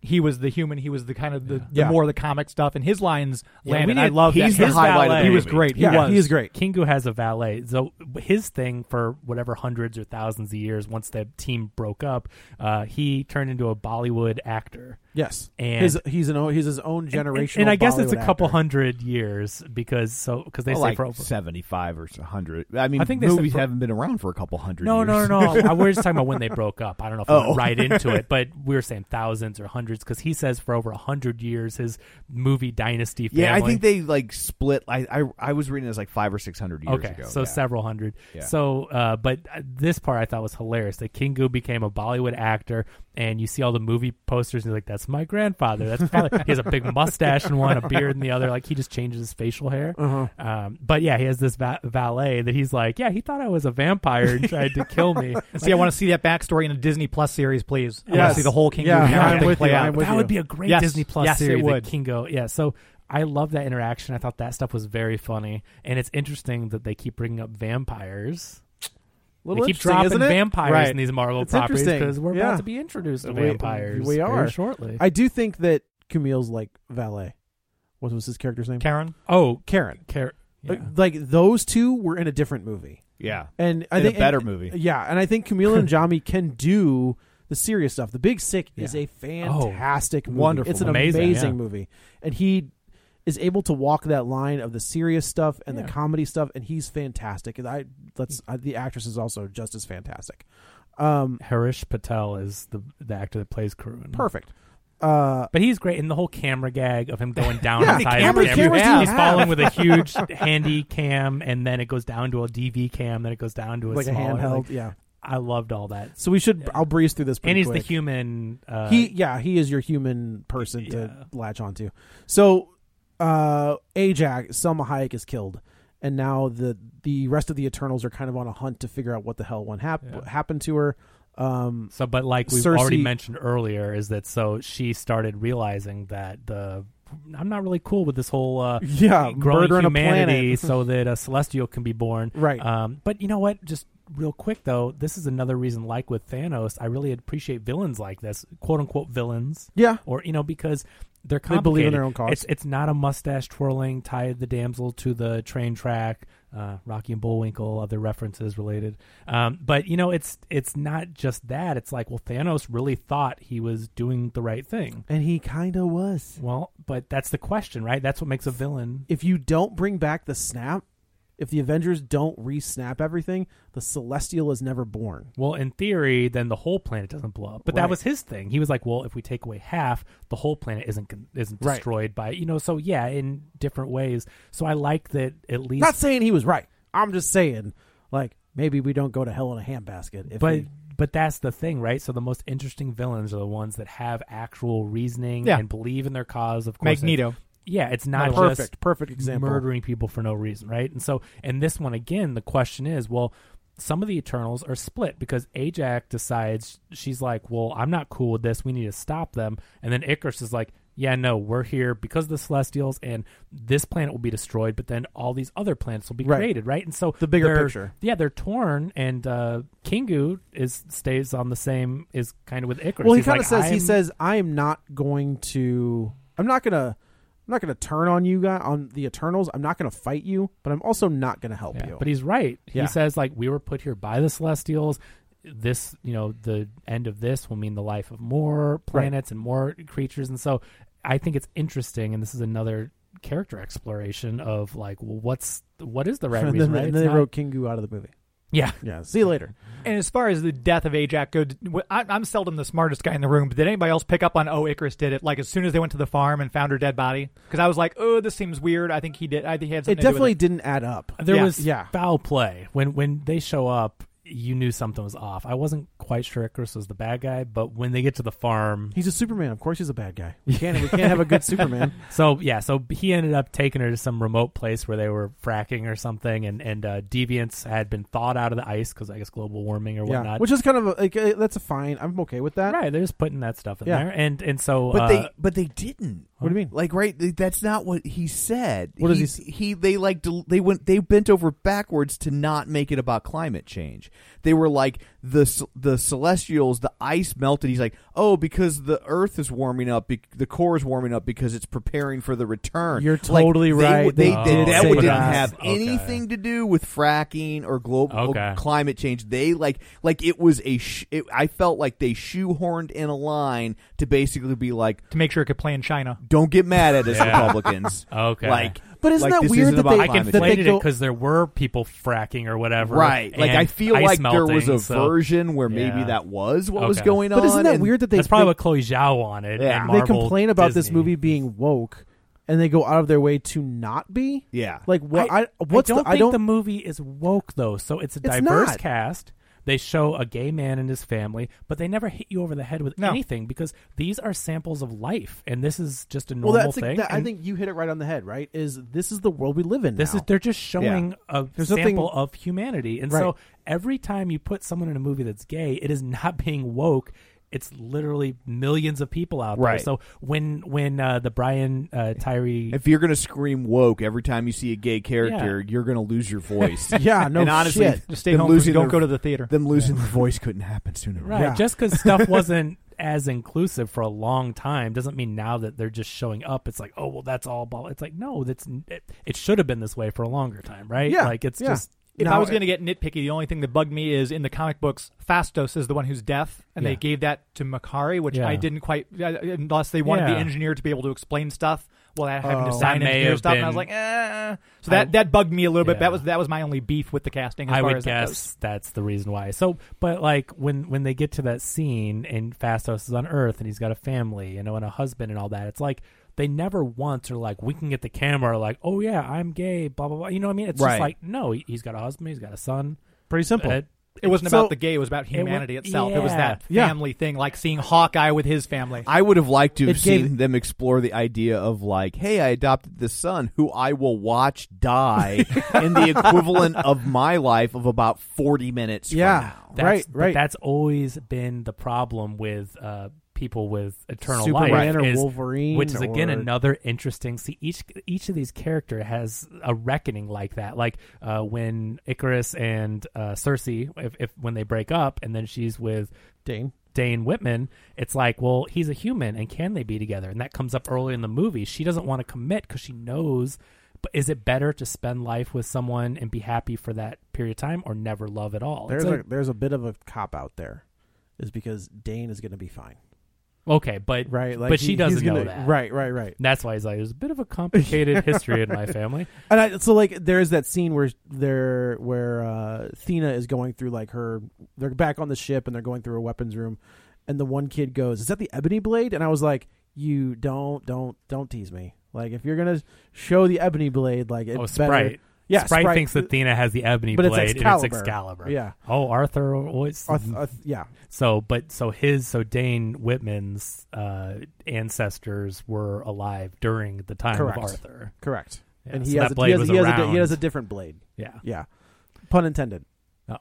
S5: He was the human. He was the kind of the, the
S3: Yeah.
S5: more the comic stuff, and his lines
S4: Yeah,
S5: landed.
S4: we
S5: I
S4: did-
S5: love
S2: he's
S5: that.
S2: the
S5: His
S2: highlight of
S5: valet-
S2: the
S5: He was
S2: movie.
S5: great.
S3: Yeah,
S5: he was.
S3: he is great.
S4: Kingu has a valet. So his thing for whatever hundreds or thousands of years, once the team broke up, uh, he turned into a Bollywood actor.
S3: Yes,
S4: And-
S3: his, he's an o- he's his own
S4: And- and-
S3: generation.
S4: And, I guess it's a
S3: Bollywood
S4: couple
S3: actor.
S4: hundred years because so because they
S2: well,
S4: say
S2: Oh, like
S4: for over.
S2: seventy five or hundred. I mean,
S4: I think they said
S2: movies
S4: for-
S2: haven't been around for a couple hundred.
S4: No,
S2: years.
S4: no, no, no. we're just talking about when they broke up. I don't know if we went
S2: Oh.
S4: right into it, but we were saying thousands or hundreds because he says for over a hundred years his movie dynasty. Family.
S2: yeah, I think they like split. I I, I was reading it was like five or six hundred years
S4: okay,
S2: ago.
S4: so
S2: yeah.
S4: several hundred.
S2: Yeah.
S4: So, uh, but uh, this part I thought was hilarious. That Kingu became a Bollywood actor, and you see all the movie posters, and you're like, "That's my grandfather." That's my father." he has a big mustache in one, a beard in the other. Like he just changes his facial hair.
S5: Uh-huh.
S4: Um, but yeah, he has this va- valet that he's like, "Yeah, he thought I was a vampire and tried to kill me."
S5: See, I want to see that backstory in a Disney Plus series, please. I want
S3: Yes.
S5: to see the whole Kingo
S3: Yeah,
S5: and Karen
S3: I'm
S5: thing
S3: with
S5: play
S3: you,
S5: out.
S3: I'm with
S4: that
S3: you.
S4: would be a great
S5: Yes.
S4: Disney Plus
S5: Yes, it
S4: series. that
S5: would.
S4: Kingo, yeah. So I love that interaction. I thought that stuff was very funny, and it's interesting that they keep bringing up vampires.
S3: Little
S4: they keep
S3: interesting,
S4: dropping
S3: isn't it?
S4: vampires
S5: Right.
S4: in these Marvel
S3: It's
S4: properties
S3: interesting.
S4: because we're
S3: Yeah.
S4: about to be introduced to
S3: We- um,
S4: vampires.
S3: we
S4: very
S3: are.
S4: shortly.
S3: I do think that Camille's like valet. What was his character's name?
S5: Karen.
S4: oh,
S3: Karen.
S4: Car- yeah.
S3: Uh, Like those two were in a different movie,
S2: Yeah.
S3: and I
S2: In a
S3: think
S2: better
S3: and-
S2: movie.
S3: Yeah, and I think Camille and Jami can do the serious stuff. The Big Sick is
S4: Yeah. Oh,
S3: a fantastic, movie.
S4: wonderful
S3: It's an
S4: movie. Amazing,
S3: amazing,
S4: yeah.
S3: movie, and he is able to walk that line of the serious stuff and
S4: Yeah.
S3: the comedy stuff, and he's fantastic. And I let's I, the actress is also just as fantastic. Um,
S4: Harish Patel is the the actor that plays Karun.
S3: perfect. Uh,
S4: But he's great, and the whole camera gag of him going down
S3: Yeah,
S4: inside
S3: how
S4: of
S3: many
S4: the
S3: cameras do you
S4: He's
S3: have?
S4: falling with a huge handy cam, and then it goes down to a DV cam, then it goes down to a
S3: like a
S4: smaller,
S3: handheld,
S4: like-
S3: yeah.
S4: I loved all that.
S3: So we should. I'll breeze through this. Pretty
S4: and he's
S3: quick.
S4: the human. Uh,
S3: he yeah he is your human person to latch onto so uh ajax selma hayek is killed and now the the rest of the eternals are kind of on a hunt to figure out what the hell one hap-
S4: Yeah.
S3: happened to her um
S4: So, but like we've
S3: Cersei-
S4: already mentioned earlier, is that so she started realizing that the I'm not really cool with this whole uh,
S3: Yeah,
S4: growing
S3: murder on a
S4: humanity,
S3: planet.
S4: so that a celestial can be born,
S3: Right.
S4: Um, but you know what? Just real quick though, this is another reason, like with Thanos, I really appreciate villains like this, quote unquote villains,
S3: yeah
S4: or you know because they're
S3: They believe in their
S4: complicated.
S3: own cause.
S4: It's it's not a mustache twirling, tie the damsel to the train track, uh, Rocky and Bullwinkle, other references related. Um, but you know, it's it's not just that. It's like, well, Thanos really thought he was doing the right thing.
S3: and he kind of was
S4: Well, but that's the question, right? That's what makes a villain.
S3: if you don't bring back the snap if the avengers don't re-snap everything the celestial is never born
S4: Well, in theory, then the whole planet doesn't blow up. But that
S3: Right.
S4: was his thing. He was like, well, if we take away half, the whole planet isn't con- isn't
S3: Right.
S4: destroyed by you know. So yeah, in different ways. So I like that at least
S3: not saying he was right i'm just saying like maybe we don't go to hell in a handbasket if
S4: but
S3: we-
S4: but that's the thing, right? So the most interesting villains are the ones that have actual reasoning
S5: Yeah.
S4: and believe in their cause. Of course,
S5: Magneto.
S4: yeah, it's not
S3: Perfect,
S4: just
S3: perfect example.
S4: murdering people for no reason, right? And so, and this one again, the question is, well, some of the Eternals are split because Ajax decides she's like, well, I'm not cool with this. We need to stop them, and then Icarus is like. Yeah, no, we're here because of the Celestials, and this planet will be destroyed, but then all these other planets will be
S3: Right.
S4: created, right? And so
S3: The bigger
S4: they're-
S3: picture.
S4: yeah, they're torn, and uh, Kingu is stays on the same is kind of with Icarus.
S3: Well, he
S4: He's
S3: kind of
S4: like,
S3: says
S4: "I'm-
S3: he says I am not going to. I'm not gonna. I'm not gonna turn on you guys on the Eternals. I'm not gonna fight you, but I'm also not gonna help
S4: Yeah,
S3: you.
S4: but he's right.
S3: Yeah.
S4: He says like we were put here by the Celestials. This, you know, the end of this will mean the life of more planets and more creatures, and so I think it's interesting. And this is another character exploration of like, well, what's what is the right
S3: and
S4: reason?
S3: then,
S4: right?
S3: and
S4: It's
S3: then they
S4: not-
S3: wrote Kingu out of the movie.
S4: yeah,
S3: Yeah. See you later.
S5: And as far as the death of Ajax goes, I- I'm seldom the smartest guy in the room, but did anybody else pick up on, oh, Icarus did it? Like, as soon as they went to the farm and found her dead body? Because I was like, oh, this seems weird. I think he did. I think he had
S3: It
S5: something to do with
S3: definitely didn't add up.
S4: there
S5: Yeah.
S4: was
S3: Yeah.
S4: foul play when when they show up. You knew something was off. I wasn't quite sure Icarus was the bad guy, but when they get to the farm,
S3: He's a Superman. Of course, he's a bad guy. We can't. We can't have a good Superman.
S4: So yeah, so he ended up taking her to some remote place where they were fracking or something, and and uh, deviants had been thawed out of the ice because I guess global warming or
S3: Yeah.
S4: whatnot.
S3: Which is kind of a, like uh, that's a fine. I'm okay with that.
S4: right, they're just putting that stuff in
S3: Yeah.
S4: there, and and so
S2: But
S4: uh,
S2: they but they didn't.
S3: What do you mean?
S2: Like right, th- that's not what he said.
S3: What does he
S2: he? He they like del- they went they bent over backwards to not make it about climate change. They were like the c- the celestials, the ice melted. He's like, oh, because the Earth is warming up, bec the core is warming up because it's preparing for the return.
S3: You're
S2: Like,
S3: totally
S2: they-
S3: right. Oh,
S2: They,
S4: They
S2: they-
S4: did
S2: that
S4: say
S2: would- didn't
S4: that.
S2: have
S4: Okay.
S2: anything to do with fracking or global
S4: Okay.
S2: climate change. They like like it was a. Sh- it, I felt like they shoehorned in a line to basically be like
S5: it, to make sure it could play in China.
S2: don't get mad at us republicans
S4: Okay.
S2: like
S3: But isn't
S2: like,
S3: that
S2: this isn't
S3: weird that
S2: about
S3: they-
S4: I
S2: climate
S3: that they
S4: conflated it
S3: go-
S4: because there were people fracking or whatever.
S2: right like i
S4: and
S2: feel
S4: ice
S2: like there
S4: melting,
S2: was a
S4: so-
S2: version where
S4: Yeah.
S2: maybe that was what was
S4: Okay.
S2: going on
S3: But isn't that
S2: and-
S3: weird that they
S4: That's probably
S3: they-
S4: what Chloe Zhao wanted.
S2: Yeah.
S4: and
S2: They
S4: Marvel,
S3: they complain about this
S4: Disney.
S3: movie being woke, and they go out of their way to not be.
S2: Yeah.
S3: like what? I, what's
S4: don't
S3: the,
S4: think
S3: I don't
S4: the movie is woke though. So it's a
S3: It's
S4: diverse
S3: not.
S4: cast. They show a gay man and his family, but they never hit you over the head with
S5: No.
S4: anything because these are samples of life, and this is just a
S3: well,
S4: normal
S3: that's
S4: thing.
S3: that, I
S4: and
S3: think you hit it right on the head. Right? Is this is the world we live in?
S4: this
S3: now.
S4: is they're just showing a
S3: There's
S4: sample
S3: nothing-
S4: of humanity, and
S3: Right.
S4: so every time you put someone in a movie that's gay, it is not being woke. it's literally millions of people out there.
S7: Right.
S4: So when when uh, the Brian uh, Tyree
S2: If you're gonna scream woke every time you see a gay character, you're gonna lose your voice.
S3: Yeah, no
S2: and honestly,
S3: shit.
S5: Just stay
S2: them
S5: home.
S2: losing
S5: don't
S2: their-
S5: go to the theater.
S2: Them losing their voice couldn't happen sooner.
S4: Right.
S3: Yeah.
S4: Just because stuff wasn't as inclusive for a long time doesn't mean now that they're just showing up. It's like, oh well, that's all. Blah. It's like no, that's it, it should have been this way for a longer time, right?
S3: Yeah.
S4: Like it's
S3: Yeah.
S4: just
S5: If
S3: Now-
S5: I was going to get nitpicky, the only thing that bugged me is in the comic books, Fastos is the one who's deaf, and
S4: Yeah.
S5: they gave that to Makari, which
S4: Yeah.
S5: I didn't quite. uh, Unless they wanted
S4: Yeah.
S5: the engineer to be able to explain stuff without having to
S3: Oh.
S5: sign
S7: That may
S5: engineer
S7: have
S5: stuff, and I was
S7: been-
S5: like, eh. so
S4: I-
S5: that that bugged me a little bit.
S4: Yeah.
S5: That was that was my only beef with the casting. As
S4: I
S5: far
S4: would
S5: as that goes.
S4: guess that's the reason why. So, but like when when they get to that scene and Fastos is on Earth and he's got a family, you know, and a husband and all that, it's like they never once are like winking at the camera, like, "Oh yeah, I'm gay," blah blah blah. You know what I mean? It's
S2: Right.
S4: just like, no, he- he's got a husband, he's got a son.
S3: Pretty simple.
S4: Uh,
S5: It wasn't
S3: So-
S5: about the gay; it was about
S4: wa-
S5: humanity itself. It was
S4: yeah.
S5: that
S3: Yeah.
S5: family thing, like seeing Hawkeye with his family.
S2: I would have liked to have
S3: It gave-
S2: seen them explore the idea of like, hey, I adopted this son who I will watch die in the equivalent of my life of about forty minutes. from
S3: yeah,
S2: now.
S4: That's,
S3: right,
S4: but
S3: right.
S4: that's always been the problem with uh, people with eternal
S3: Superman
S4: life,
S3: or
S4: is-
S3: Wolverine
S4: which is again
S3: or-
S4: another interesting. See, each each of these character has a reckoning like that. Like uh, when Icarus and uh, Cersei, if, if when they break up, and then she's with
S3: Dane.
S4: Dane Whitman, it's like, well, he's a human, and can they be together? And that comes up early in the movie. She doesn't want to commit because she knows. But is it better to spend life with someone and be happy for that period of time, or never love at all?
S3: There's
S4: It's a-
S3: a, there's a bit of a cop out there, is because Dane is going to be fine,
S4: Okay, but
S3: right?
S4: but she
S3: he-
S4: doesn't
S3: he's gonna-
S4: know that.
S3: right? Right? Right?
S4: That's why he's like, there's a bit of a complicated history in my family.
S3: And I, so like there's that scene where there where uh Thena is going through like her they're back on the ship and they're going through a weapons room and the one kid goes, "Is that the ebony blade?" and I was like, "You don't don't don't tease me. Like if you're going to show the ebony blade like it
S4: Oh,
S3: better-
S4: Sprite.
S3: Yeah,
S4: Sprite, thinks Athena has the ebony
S3: But it's
S4: blade and it's
S3: Excalibur.
S4: Excalibur.
S3: Yeah.
S4: Oh, Arthur always.
S3: Arth- uh, Arth- yeah.
S4: so, but so his so Dane Whitman's uh, ancestors were alive during the time
S3: Correct.
S4: of Arthur.
S3: Correct.
S4: Yeah,
S3: and
S4: so
S3: he
S4: that
S3: has, a,
S4: blade
S3: he, has,
S4: was
S3: he, has a, di-
S4: around.
S3: he has a different blade.
S4: Yeah.
S3: Yeah. Pun intended.
S4: Oh.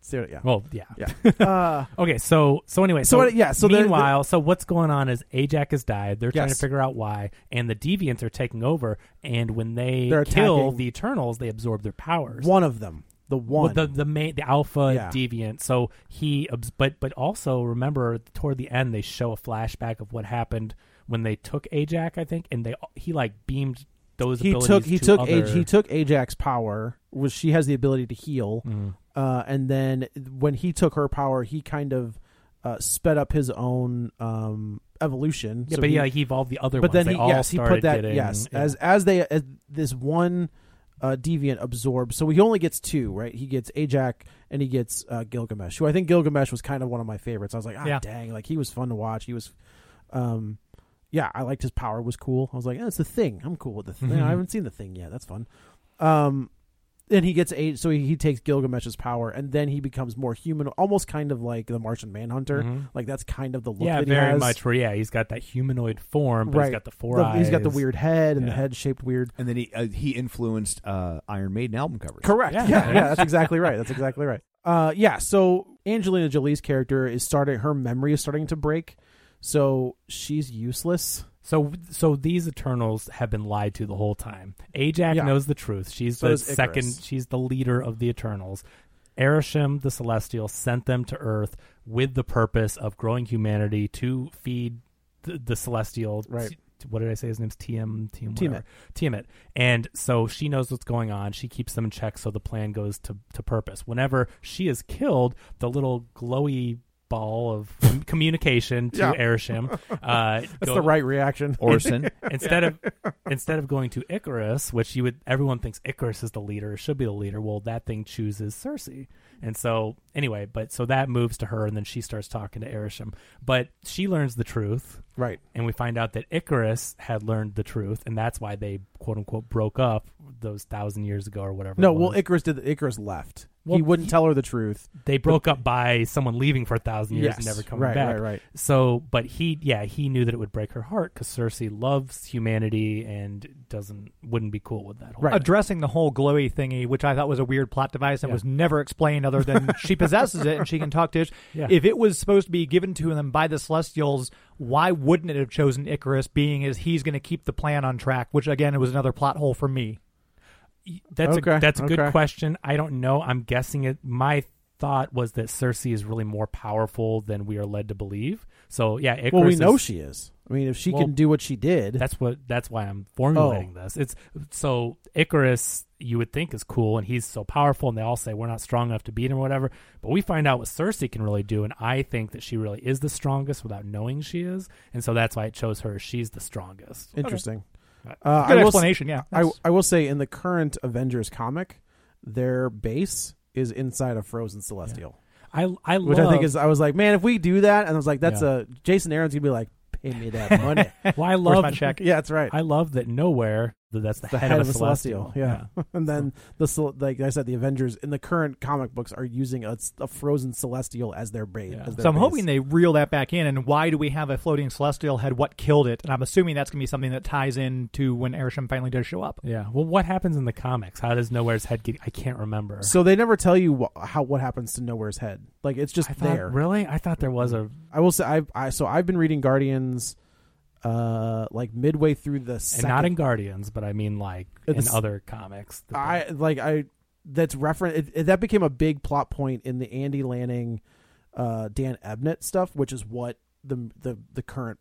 S3: Ser- Yeah.
S4: Well, yeah.
S3: yeah. Uh,
S4: Okay, so so anyway,
S3: So,
S4: so,
S3: uh, yeah, so the-
S4: meanwhile, so what's going on is Ajax has died. They're trying to
S3: Yes.
S4: figure out why, and the deviants are taking over. And when they
S3: They're
S4: kill
S3: attacking-
S4: the Eternals, they absorb their powers.
S3: one of them. The
S4: Well,
S3: one.
S4: the the main the alpha
S3: Yeah.
S4: deviant. So he, obs- but but also remember toward the end they show a flashback of what happened when they took Ajax, I think, and they he like beamed those.
S3: he
S4: abilities
S3: took he
S4: to
S3: took
S4: other,
S3: Aj- he took Ajax power was she has the ability to heal
S4: Mm-hmm.
S3: uh, and then when he took her power he kind of uh, sped up his own um, evolution
S4: Yeah,
S3: So
S4: but he, like he evolved the other
S3: but
S4: ones.
S3: then
S4: They
S3: he,
S4: all
S3: yes he put
S4: started
S3: that
S4: getting-
S3: yes
S4: yeah.
S3: as as they as this one uh, deviant absorbed so he only gets two right he gets Ajax and he gets uh, Gilgamesh who I think Gilgamesh was kind of one of my favorites I was like ah
S5: Yeah.
S3: dang like he was fun to watch he was um yeah, I liked his power was cool. I was like, yeah, it's the thing. I'm cool with the thing.
S4: Mm-hmm.
S3: I haven't seen the thing yet. That's fun. Um, then he gets eight, so he, he takes Gilgamesh's power, and then he becomes more human, almost kind of like the Martian Manhunter. Like that's kind of the look.
S4: Mm-hmm. yeah,
S3: that he
S4: very
S3: has.
S4: much. Where, yeah, he's got that humanoid form, but
S3: right.
S4: he's got the four
S3: The-
S4: eyes.
S3: He's got the weird head, and the
S4: Yeah.
S3: head shaped weird.
S2: And then he uh, he influenced uh, Iron Maiden album covers.
S3: Correct. Yeah.
S4: Yeah.
S3: Yeah. That's exactly right. That's exactly right. Uh, yeah. So Angelina Jolie's character is starting. Her memory is starting to break, so she's useless.
S4: So, so these Eternals have been lied to the whole time. Ajax
S3: Yeah.
S4: knows the truth. She's
S3: So
S4: the
S3: does Icarus.
S4: second. She's the leader of the Eternals. Erishim, the Celestial, sent them to Earth with the purpose of growing humanity to feed the, the Celestial.
S3: Right.
S4: what did I say? His name's TM. TM.
S3: Tiamat.
S4: Whatever. Tiamat. And so she knows what's going on. She keeps them in check, so the plan goes to to purpose. Whenever she is killed, the little glowy ball of com- communication to
S3: Yeah.
S4: Erishim uh,
S3: That's
S4: go-
S3: the right reaction.
S2: Orson.
S4: instead of instead of going to Icarus, which you would everyone thinks Icarus is the leader, should be the leader. Well, that thing chooses Cersei, and so anyway, but so that moves to her, and then she starts talking to Erisham, but she learns the truth,
S3: Right.
S4: and we find out that Icarus had learned the truth, and that's why they quote unquote broke up those thousand years ago or whatever.
S3: No,
S4: it
S3: well,
S4: was.
S3: Icarus did. The, Icarus left. he
S4: Well,
S3: wouldn't
S4: y-
S3: tell her the truth.
S4: They broke up by someone leaving for a thousand years
S3: Yes,
S4: and never coming
S3: right,
S4: back.
S3: right, right.
S4: So, but he, yeah, he knew that it would break her heart because Cersei loves humanity and doesn't wouldn't be cool with that. Whole
S3: Right.
S5: addressing the whole glowy thingy, which I thought was a weird plot device and
S4: Yeah.
S5: was never explained other than she possesses it and she can talk to it.
S4: Yeah.
S5: If it was supposed to be given to them by the Celestials, why wouldn't it have chosen Icarus, being as he's going to keep the plan on track, which again was another plot hole for me.
S4: That's
S3: Okay,
S4: a that's a
S3: okay.
S4: good question. I don't know. I'm guessing it. My thought was that Cersei is really more powerful than we are led to believe. So yeah, Icarus
S3: Well, we
S4: is-
S3: know she is. I mean, if she
S4: Well,
S3: can do what she did,
S4: That's what. That's why I'm formulating this. It's so Icarus. You would think is cool, and he's so powerful, and they all say we're not strong enough to beat him or whatever. But we find out what Cersei can really do, and I think that she really is the strongest without knowing she is, and so that's why it chose her. She's the strongest.
S3: interesting.
S4: Right.
S3: Uh,
S5: Good
S3: I will s-
S5: explanation, yeah.
S3: I,
S5: That's-
S3: I will say in the current Avengers comic, their base is inside a frozen celestial,
S4: I I
S3: which
S4: love,
S3: I think is. I was like, man, if we do that, and I was like, that's
S4: Yeah.
S3: a Jason Aaron's gonna be like, pay me that money.
S4: Well, I
S5: Where's
S4: love
S5: my check?
S3: yeah, that's right.
S4: I love that nowhere that that's the,
S3: the
S4: head, of a celestial.
S3: Yeah, and then the cel- like I said, the Avengers in the current comic books are using a, s- a frozen celestial as their base.
S4: Yeah.
S3: As their
S5: So I'm
S3: base.
S5: hoping they reel that back in. And why do we have a floating celestial head? What killed it? And I'm assuming that's going to be something that ties in to when Erisham finally does show up.
S4: yeah. Well, what happens in the comics? How does Nowhere's head get? I can't remember.
S3: So they never tell you wh- how what happens to Nowhere's head. Like it's just
S4: I thought,
S3: there.
S4: Really? I thought there was a.
S3: I will say I I so I've been reading Guardians, uh, like midway through the
S4: And
S3: second.
S4: not in Guardians, but I mean like
S3: Uh,
S4: in
S3: this-
S4: other comics. that
S3: I
S4: they-
S3: like I that's reference it, it- that became a big plot point in the Andy Lanning, uh, Dan Ebnett stuff, which is what the the the current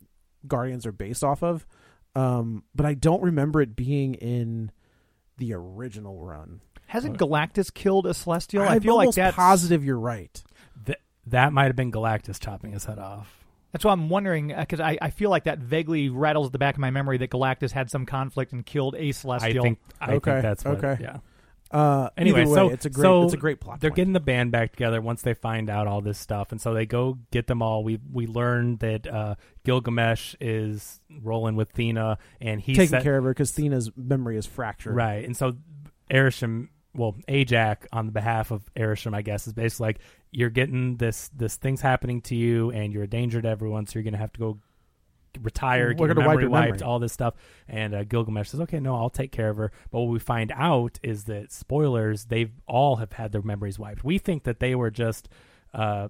S3: Guardians are based off of. Um, but I don't remember it being in the original run.
S5: Hasn't Galactus killed a celestial? I
S3: I'm
S5: feel like
S3: almost
S5: that's
S3: positive you're right.
S4: th- that might have been Galactus chopping his head off.
S5: That's why I'm wondering because I, I feel like that vaguely rattles the back of my memory that Galactus had some conflict and killed a
S4: I
S5: celestial.
S4: think. I
S3: Okay,
S4: think that's what,
S3: okay.
S4: Yeah.
S3: Uh,
S4: Anyway,
S3: either way,
S4: so
S3: it's a great
S4: so
S3: it's a great plot.
S4: They're
S3: point.
S4: getting the band back together once they find out all this stuff, and so they go get them all. We we learn that uh, Gilgamesh is rolling with Thena, and he's
S3: taking
S4: set-
S3: care of her because Thena's memory is fractured.
S4: Right. And so Erisham, well, Ajak on the behalf of Erisham, I guess, is basically like you're getting this this thing's happening to you and you're a danger to everyone, so you're gonna have to go retire, get
S3: We're
S4: your
S3: gonna wipe
S4: memory
S3: your memory.
S4: wiped, all this stuff. And uh, Gilgamesh says, "Okay, no, I'll take care of her." But what we find out is that spoilers, they've all have had their memories wiped. We think that they were just uh,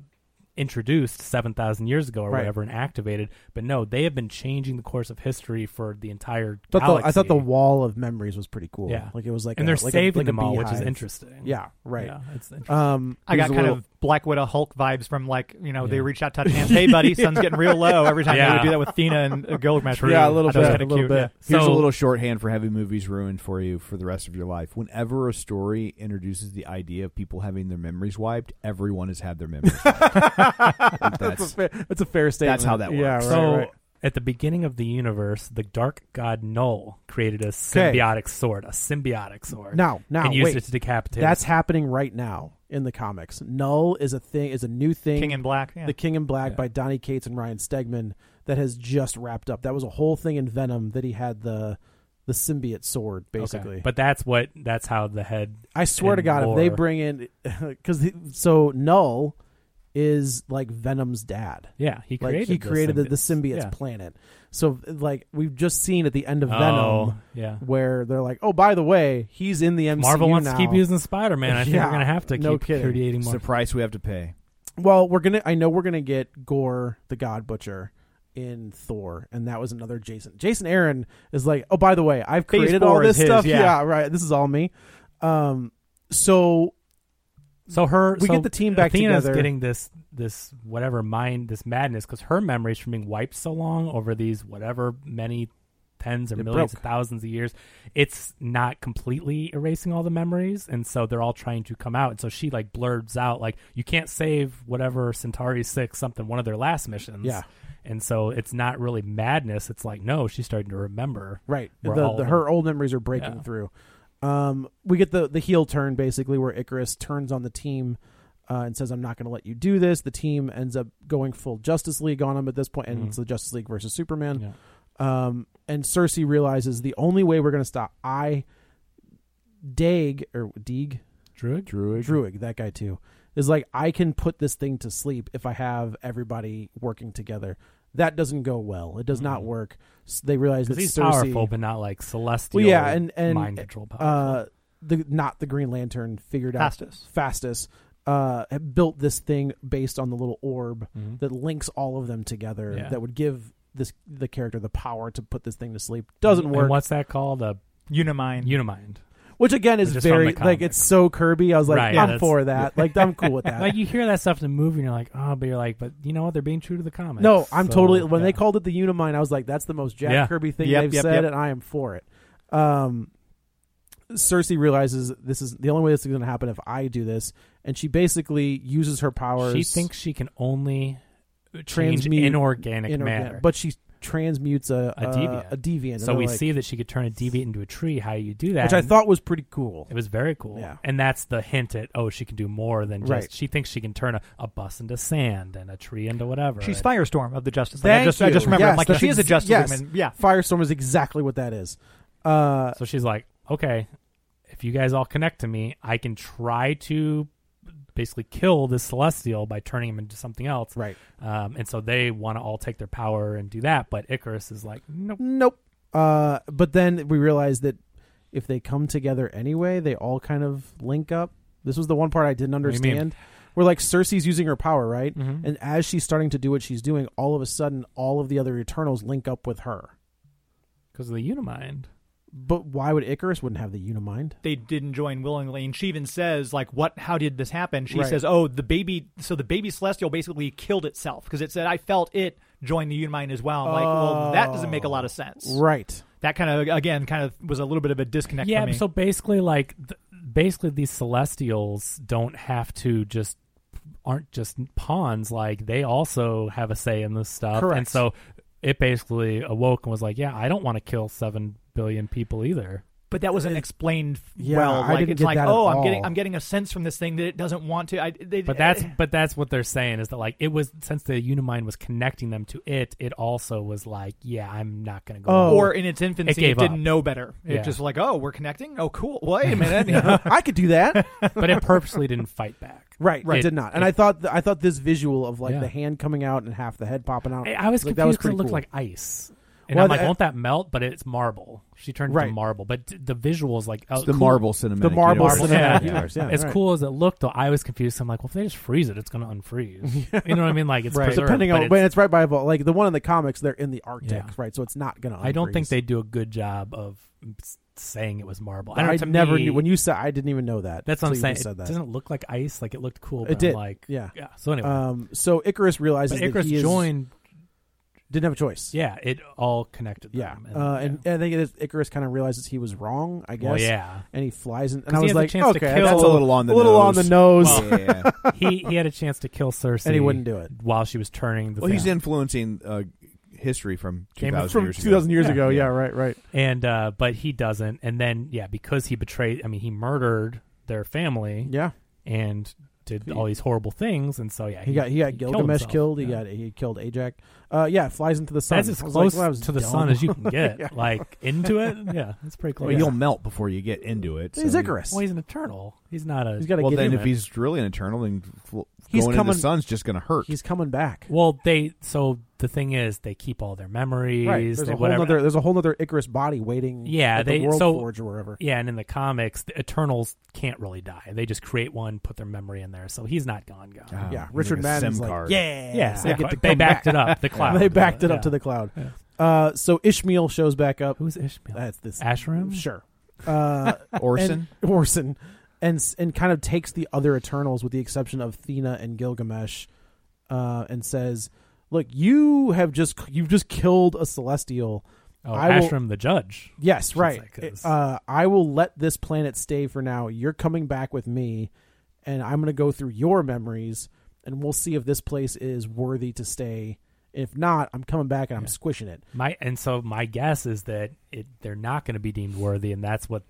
S4: introduced 7,000 years ago or
S3: Right.
S4: whatever and activated, but no, they have been changing the course of history for the entire
S3: But the, I thought the
S4: galaxy.
S3: wall of memories was pretty cool.
S4: Yeah.
S3: like it was like
S4: and
S3: a,
S4: they're
S3: like a-
S4: saving
S3: like a
S4: them all, which is
S3: beehive.
S4: interesting.
S3: Yeah, right.
S4: Yeah, it's interesting.
S3: Um,
S5: I got
S3: here's a
S5: kind
S3: little-
S5: of Black Widow Hulk vibes from like you know they
S4: Yeah.
S5: reached out, touch hands. Hey, buddy, sun's getting real low every time they
S4: Yeah.
S5: would do that with Thena and uh, Gilgamesh.
S2: Yeah, a little
S5: I thought it was
S2: bit,
S5: kinda
S2: a little
S5: cute,
S2: bit.
S5: yeah.
S2: Here's a
S4: So-
S2: little shorthand for having movies ruined for you for the rest of your life. Whenever a story introduces the idea of people having their memories wiped, everyone has had their memories. wiped. Like,
S3: That's
S2: that's
S3: a fair, that's a fair statement.
S2: That's how that
S3: Yeah,
S2: works.
S3: right,
S4: so
S3: right.
S4: at the beginning of the universe, the dark god Null created a symbiotic sword, a symbiotic sword.
S3: Now- now,
S4: and used
S3: wait.
S4: it to decapitate.
S3: that's happening right now in the comics. Null is a thing is a new thing.
S5: King in Black. Yeah.
S3: The King in Black by Donnie Cates and Ryan Stegman that has just wrapped up. That was a whole thing in Venom that he had the the symbiote sword
S4: Okay.
S3: basically.
S4: But that's what that's how the head.
S3: I swear to
S4: and
S3: God, if they
S4: lore-
S3: bring in because so Null is like Venom's dad.
S4: yeah, he
S3: like
S4: created
S3: he created the, the
S4: symbiote.
S3: symbiote's
S4: Yeah.
S3: planet. So like we've just seen at the end of
S4: Oh,
S3: Venom,
S4: yeah.
S3: where they're like, oh, by the way, he's in the MCU
S4: Marvel wants
S3: now.
S4: to keep using Spider Man. I think
S3: Yeah,
S4: we're gonna have to
S3: no
S4: keep
S3: kidding.
S4: creating
S2: it's
S4: more.
S2: the price we have to pay.
S3: Well, we're gonna. I know we're gonna get Gore the God Butcher in Thor, and that was another Jason. Jason Aaron is like, oh, by the way, I've
S5: Phase
S3: created
S5: four
S3: all
S5: is
S3: this
S5: his,
S3: stuff.
S5: yeah.
S3: right. This is all me. Um, so
S4: So her,
S3: We
S4: so
S3: get the team back
S4: Athena's
S3: together.
S4: Getting this, this whatever mind, this madness, because her memories from being wiped so long over these whatever many tens or
S3: They
S4: millions,
S3: broke.
S4: of thousands of years, it's not completely erasing all the memories, and so they're all trying to come out. And so she like blurbs out like, "You can't save whatever Centauri six something one of their last missions."
S3: Yeah.
S4: and so it's not really madness. It's like no, she's starting to remember.
S3: right, the,
S4: where all
S3: the,
S4: of
S3: her
S4: them-
S3: old memories are breaking
S4: Yeah.
S3: through. Um, we get the the heel turn basically, where Icarus turns on the team. Uh, and says, "I'm not going to let you do this." The team ends up going full Justice League on him at this point, and it's the Justice League versus Superman.
S4: Mm-hmm. Yeah.
S3: Um, and Cersei realizes the only way we're going to stop I Dag or Deeg
S4: Druid?
S2: Druid.
S3: Druid, that guy too, is like I can put this thing to sleep if I have everybody working together. That doesn't go well. It does not work. S- they realize that
S4: Mm-hmm. Because he's
S3: Cersei,
S4: powerful, but not like celestial.
S3: well, yeah, and and
S4: mind control power.
S3: Uh, the not the Green Lantern figured out
S5: Fastest.
S3: fastest uh, had built this thing based on the little orb that links all of them together.
S4: Mm-hmm. Yeah.
S3: That would give this the character the power to put this thing to sleep. Doesn't
S4: And
S3: work.
S4: what's that called? A
S5: Unimind.
S4: unimind.
S3: Which again is
S4: Which is from
S3: very
S4: the
S3: like
S4: comic.
S3: it's so Kirby. I was like,
S4: Right, yeah,
S3: I'm
S4: that's-
S3: for that. Like I'm cool with that.
S4: like you hear that stuff in the movie, and you're like, oh, but you're like, but you know what? They're being true to the comics.
S3: no, I'm
S4: So,
S3: totally. When
S4: yeah.
S3: they called it the Unimind, I was like, that's the most Jack
S4: Yeah.
S3: Kirby thing
S5: Yep,
S3: they've
S5: yep,
S3: said,
S5: yep.
S3: and I am for it. Um, Cersei realizes this is the only way this is going to happen if I do this, and she basically uses her powers.
S4: she thinks she can only change
S3: Transmute
S4: inorganic,
S3: inorga-
S4: matter.
S3: but she transmutes a
S4: A
S3: a,
S4: deviant.
S3: a deviant.
S4: so
S3: And
S4: we
S3: I'm like-
S4: see that she could turn a deviant into a tree. How do you do that?
S3: which I
S4: And
S3: thought was pretty cool.
S4: it was very cool.
S3: Yeah.
S4: And that's the hint at oh, she can do more than just.
S3: Right.
S4: She thinks she can turn a, a bus into sand and a tree into whatever.
S5: She's
S4: And-
S5: Firestorm of the Justice League.
S3: Thank
S5: I just,
S3: you.
S5: I just remember. I'm
S3: Yes,
S5: like,
S3: that's
S5: she is a
S3: ex-
S5: Justice
S3: yes.
S5: League. man. Yeah.
S3: Firestorm is exactly what that is. Uh,
S4: So she's like, okay, if you guys all connect to me, I can try to basically kill this celestial by turning him into something else.
S3: Right.
S4: Um, and so they want to all take their power and do that, but Icarus is like, nope.
S3: Nope. Uh, but then we realized that if they come together anyway, they all kind of link up. This was the one part I didn't
S4: do you mean? Mm-hmm.
S3: understand. Where like Cersei's using her power, right? And as she's starting to do what she's doing, all of a sudden, all of the other Eternals link up with her.
S4: Because of the Unimind.
S3: But why would Icarus wouldn't have the Unimind?
S5: they didn't join willingly and she even says like what how did this happen she
S3: Right.
S5: says oh the baby so the baby celestial basically killed itself because it said i felt it join the unimind as well i'm like well that doesn't make a lot of sense
S3: Oh. Right.
S5: that kind of again kind of was a little bit of a disconnect
S4: yeah.
S5: for me
S4: So basically, like, th- basically these Celestials don't have to just aren't just pawns. Like they also have a say in this stuff. And
S3: Correct.
S4: so it basically awoke and was like, yeah, I don't want to kill seven billion people either.
S5: but that wasn't explained f-
S3: Yeah,
S5: well
S3: I
S5: like
S3: didn't
S5: it's
S3: get
S5: like
S3: that at
S5: oh i'm
S3: all.
S5: getting i'm getting a sense from this thing that it doesn't want to I, they,
S3: Eh.
S4: But that's but that's what they're saying is that like it was since the Unimind was connecting them to it, it also was like, yeah, I'm not gonna go.
S3: Oh.
S5: or in its infancy it,
S4: gave
S5: didn't
S4: up.
S5: know better it
S4: Yeah.
S5: just like oh we're connecting oh cool wait a minute you know?
S3: I could do that.
S4: but it purposely didn't fight back.
S3: right.
S4: Right.
S3: I did not. And I thought th- I thought this visual of like
S4: Yeah.
S3: the hand coming out and half the head popping out.
S4: I, I was
S3: like,
S4: confused
S3: that was
S4: 'cause
S3: pretty
S4: it looked
S3: cool.
S4: like ice, and
S3: Well,
S4: I'm like,
S3: the-
S4: won't that melt? But it's marble. She turned
S3: Right.
S4: to marble, but t- the visual is like oh,
S5: Uh,
S2: It's the
S4: cool.
S2: marble cinematic.
S3: The marble
S2: universe.
S3: cinematic
S4: Yeah.
S3: universe, yeah,
S4: as
S3: right.
S4: cool as it looked, though, I was confused. I'm like, well, if they just freeze it, it's gonna unfreeze. You know what I mean? Like it's
S5: Right.
S4: preserved,
S3: depending
S4: but
S3: on
S4: it's-
S3: when it's right by a vault. Like the one in the comics, they're in the Arctic,
S4: Yeah.
S3: right? So it's not gonna.
S4: I don't think
S3: unfreeze.
S4: they do a good job of s- saying it was marble. I,
S3: I,
S4: don't, to
S3: never
S4: me-
S3: knew when you said I didn't even know that.
S4: That's what I'm
S3: until you
S4: saying.
S3: just
S4: It
S3: Said that.
S4: doesn't look like ice. Like it looked cool.
S3: It
S4: but I'm
S3: did,
S4: like
S3: yeah.
S4: yeah. So anyway,
S3: Um, so Icarus realizes
S4: but Icarus
S3: that he is,
S4: joined.
S3: didn't have a choice.
S4: Yeah, Um, it all connected. Them,
S3: yeah. Uh, and, and I think it is, Icarus kind of realizes he was wrong. I guess.
S4: Well, yeah.
S3: And he flies, in,
S4: 'Cause
S3: and I
S4: he
S3: was
S4: has a
S3: like,
S4: chance to
S3: okay,
S4: kill-
S3: that's
S4: It's a
S2: little on the
S3: a little on the
S2: nose.
S3: nose.
S2: Yeah.
S4: he he had a chance to kill Cersei,
S3: And he wouldn't do it.
S4: while she was turning the
S2: well,
S4: thing.
S2: he's influencing uh, history from two
S4: Game of-
S2: thousand
S3: From
S2: years ago.
S3: 2,000 years
S4: Yeah.
S3: ago. Yeah.
S2: Yeah.
S3: Right. Right.
S4: and uh, but he doesn't. And then yeah, because he betrayed. I mean, he murdered their family
S3: Yeah.
S4: and did all these horrible things. And so yeah,
S3: He got he got
S4: killed
S3: Gilgamesh
S4: himself.
S3: killed. He
S4: Yeah.
S3: got he killed Ajax. Uh, yeah. Flies into the sun.
S4: That's as
S3: I was
S4: close
S3: like, well, that was
S4: to the
S3: dumb.
S4: sun as you can get, like into it. Yeah, that's pretty close.
S2: Well, you'll melt before you get into it.
S3: He's
S2: so-
S3: Icarus.
S4: Well, he's an eternal. He's not a.
S3: he's got to
S2: Well,
S3: get
S2: then
S3: in.
S2: if he's really an eternal, then fl-
S3: He's
S2: going into
S3: coming-
S2: the sun's just going to hurt.
S3: He's coming back.
S4: Well, they so the thing is they keep all their memories,
S3: Right. There's
S4: they,
S3: a whole
S4: whatever.
S3: other. There's a whole other Icarus body waiting.
S4: Yeah,
S3: at
S4: they-
S3: the World
S4: so-
S3: Forge or wherever.
S4: yeah, and in the comics, the Eternals can't really die. They just create one, put their memory in there, so he's not gone. Gone.
S2: Oh,
S3: yeah,
S2: he's
S3: Richard
S2: like a
S3: Madden's
S2: SIM
S3: like,
S2: card.
S4: yeah, yeah.
S3: They
S4: They,
S3: get to
S4: they
S3: come
S4: backed
S3: back.
S4: it up. The cloud.
S3: they backed it up
S4: Yeah.
S3: to the cloud. Uh, so Ishmael shows back up.
S4: Who's Ishmael?
S3: That's this
S4: Ashram.
S3: Sure, uh,
S2: Orson.
S3: and, Orson, and s- and kind of takes the other Eternals with the exception of Thena and Gilgamesh, uh, and says, "Look, you have just you've just killed a Celestial.
S4: Oh,
S3: I will-
S4: Ashram, the judge.
S3: Yes,
S4: She's
S3: right.
S4: like, "Is-
S3: uh, I will let this planet stay for now. You're coming back with me, and I'm going to go through your memories, and we'll see if this place is worthy to stay. If not, I'm coming back and I'm squishing it.
S4: My and so my guess is that it they're not going to be deemed worthy, and that's what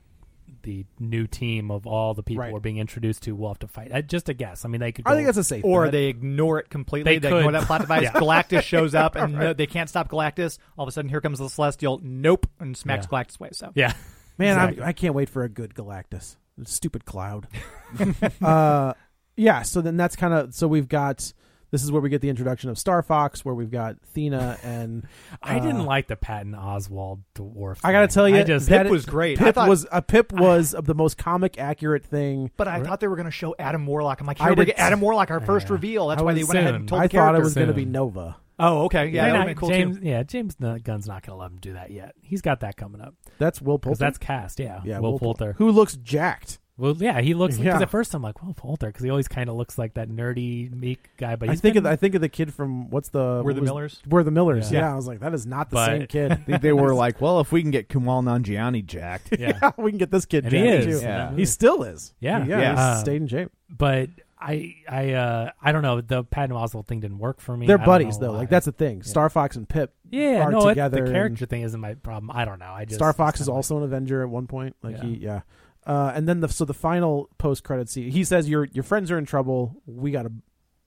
S4: the new team of all the people
S3: Right.
S4: we're being introduced to will have to fight. Uh, just a guess. I mean, they could. Go,
S3: I think that's a safe.
S5: or
S3: bet.
S5: they ignore it completely.
S4: They
S5: They,
S4: could.
S5: ignore that plot device. Galactus shows up, and no, they can't stop Galactus. All of a sudden, here comes the Celestial. Nope, and smacks
S4: Yeah.
S5: Galactus away. So
S4: yeah.
S3: man,
S4: Exactly.
S3: I'm, I can't wait for a good Galactus. Stupid cloud. uh, yeah. So then that's kind of so we've got. This is where we get the introduction of Star Fox, where we've got Thena and
S4: I didn't
S3: uh,
S4: like the Patton Oswald dwarf.
S3: I gotta
S4: thing.
S3: tell you,
S4: I just
S3: that
S5: Pip was great. I
S3: Pip
S5: thought-
S3: was a Pip was of the most comic accurate thing.
S5: But I thought they were going to show Adam Warlock. I'm like,
S3: I
S5: here we
S3: did-
S5: get Adam Warlock, our first reveal. That's
S4: I
S5: why
S4: was
S5: they went ahead
S4: soon.
S5: and told
S3: I
S5: the
S3: thought it
S5: character.
S3: was going to
S4: soon.
S3: be Nova.
S5: Oh, okay, yeah,
S4: They're
S5: that would
S4: not-
S5: have been cool
S4: James,
S5: too.
S4: yeah, James N- Gunn's not gonna let him do that yet. He's got that coming up
S3: That's Will Poulter.
S4: because that's cast. Yeah,
S3: yeah,
S4: Will,
S3: Poulter,
S4: Poulter.
S3: who looks jacked.
S4: Well, yeah, he looks. Because
S3: Yeah.
S4: at first I'm like, Will Poulter, because he always kind of looks like that nerdy meek guy. But
S3: I
S4: he's
S3: think
S4: been,
S3: of the, I think of the kid from what's the
S5: We're
S3: what
S5: the
S3: was-
S5: Millers?
S3: We're the Millers. Yeah.
S4: Yeah.
S3: I was like, that is not the
S4: But-
S3: same kid.
S2: I think they were like, well, if we can get Kumal Nanjiani jacked,
S4: yeah.
S3: we can get this kid.
S4: And he
S3: jacked,
S4: is.
S3: Too.
S2: Yeah.
S3: He still is.
S4: Yeah.
S3: yeah.
S2: Yeah.
S3: He's
S4: Uh,
S3: stayed in shape.
S4: but I I uh I don't know the Patton Oswald thing didn't work for me. I
S3: They're
S4: don't
S3: buddies
S4: know
S3: though.
S4: why.
S3: Like that's the thing. Star Fox and Pip.
S4: yeah
S3: are
S4: no it-
S3: together
S4: the
S3: and-
S4: character thing isn't my problem. I don't know. I just
S3: Star Fox is
S4: kinda like-
S3: also an Avenger at one point. Like
S4: Yeah.
S3: he, yeah. Uh, and then the so the final post credit scene, he says, "Your your friends are in trouble. We gotta,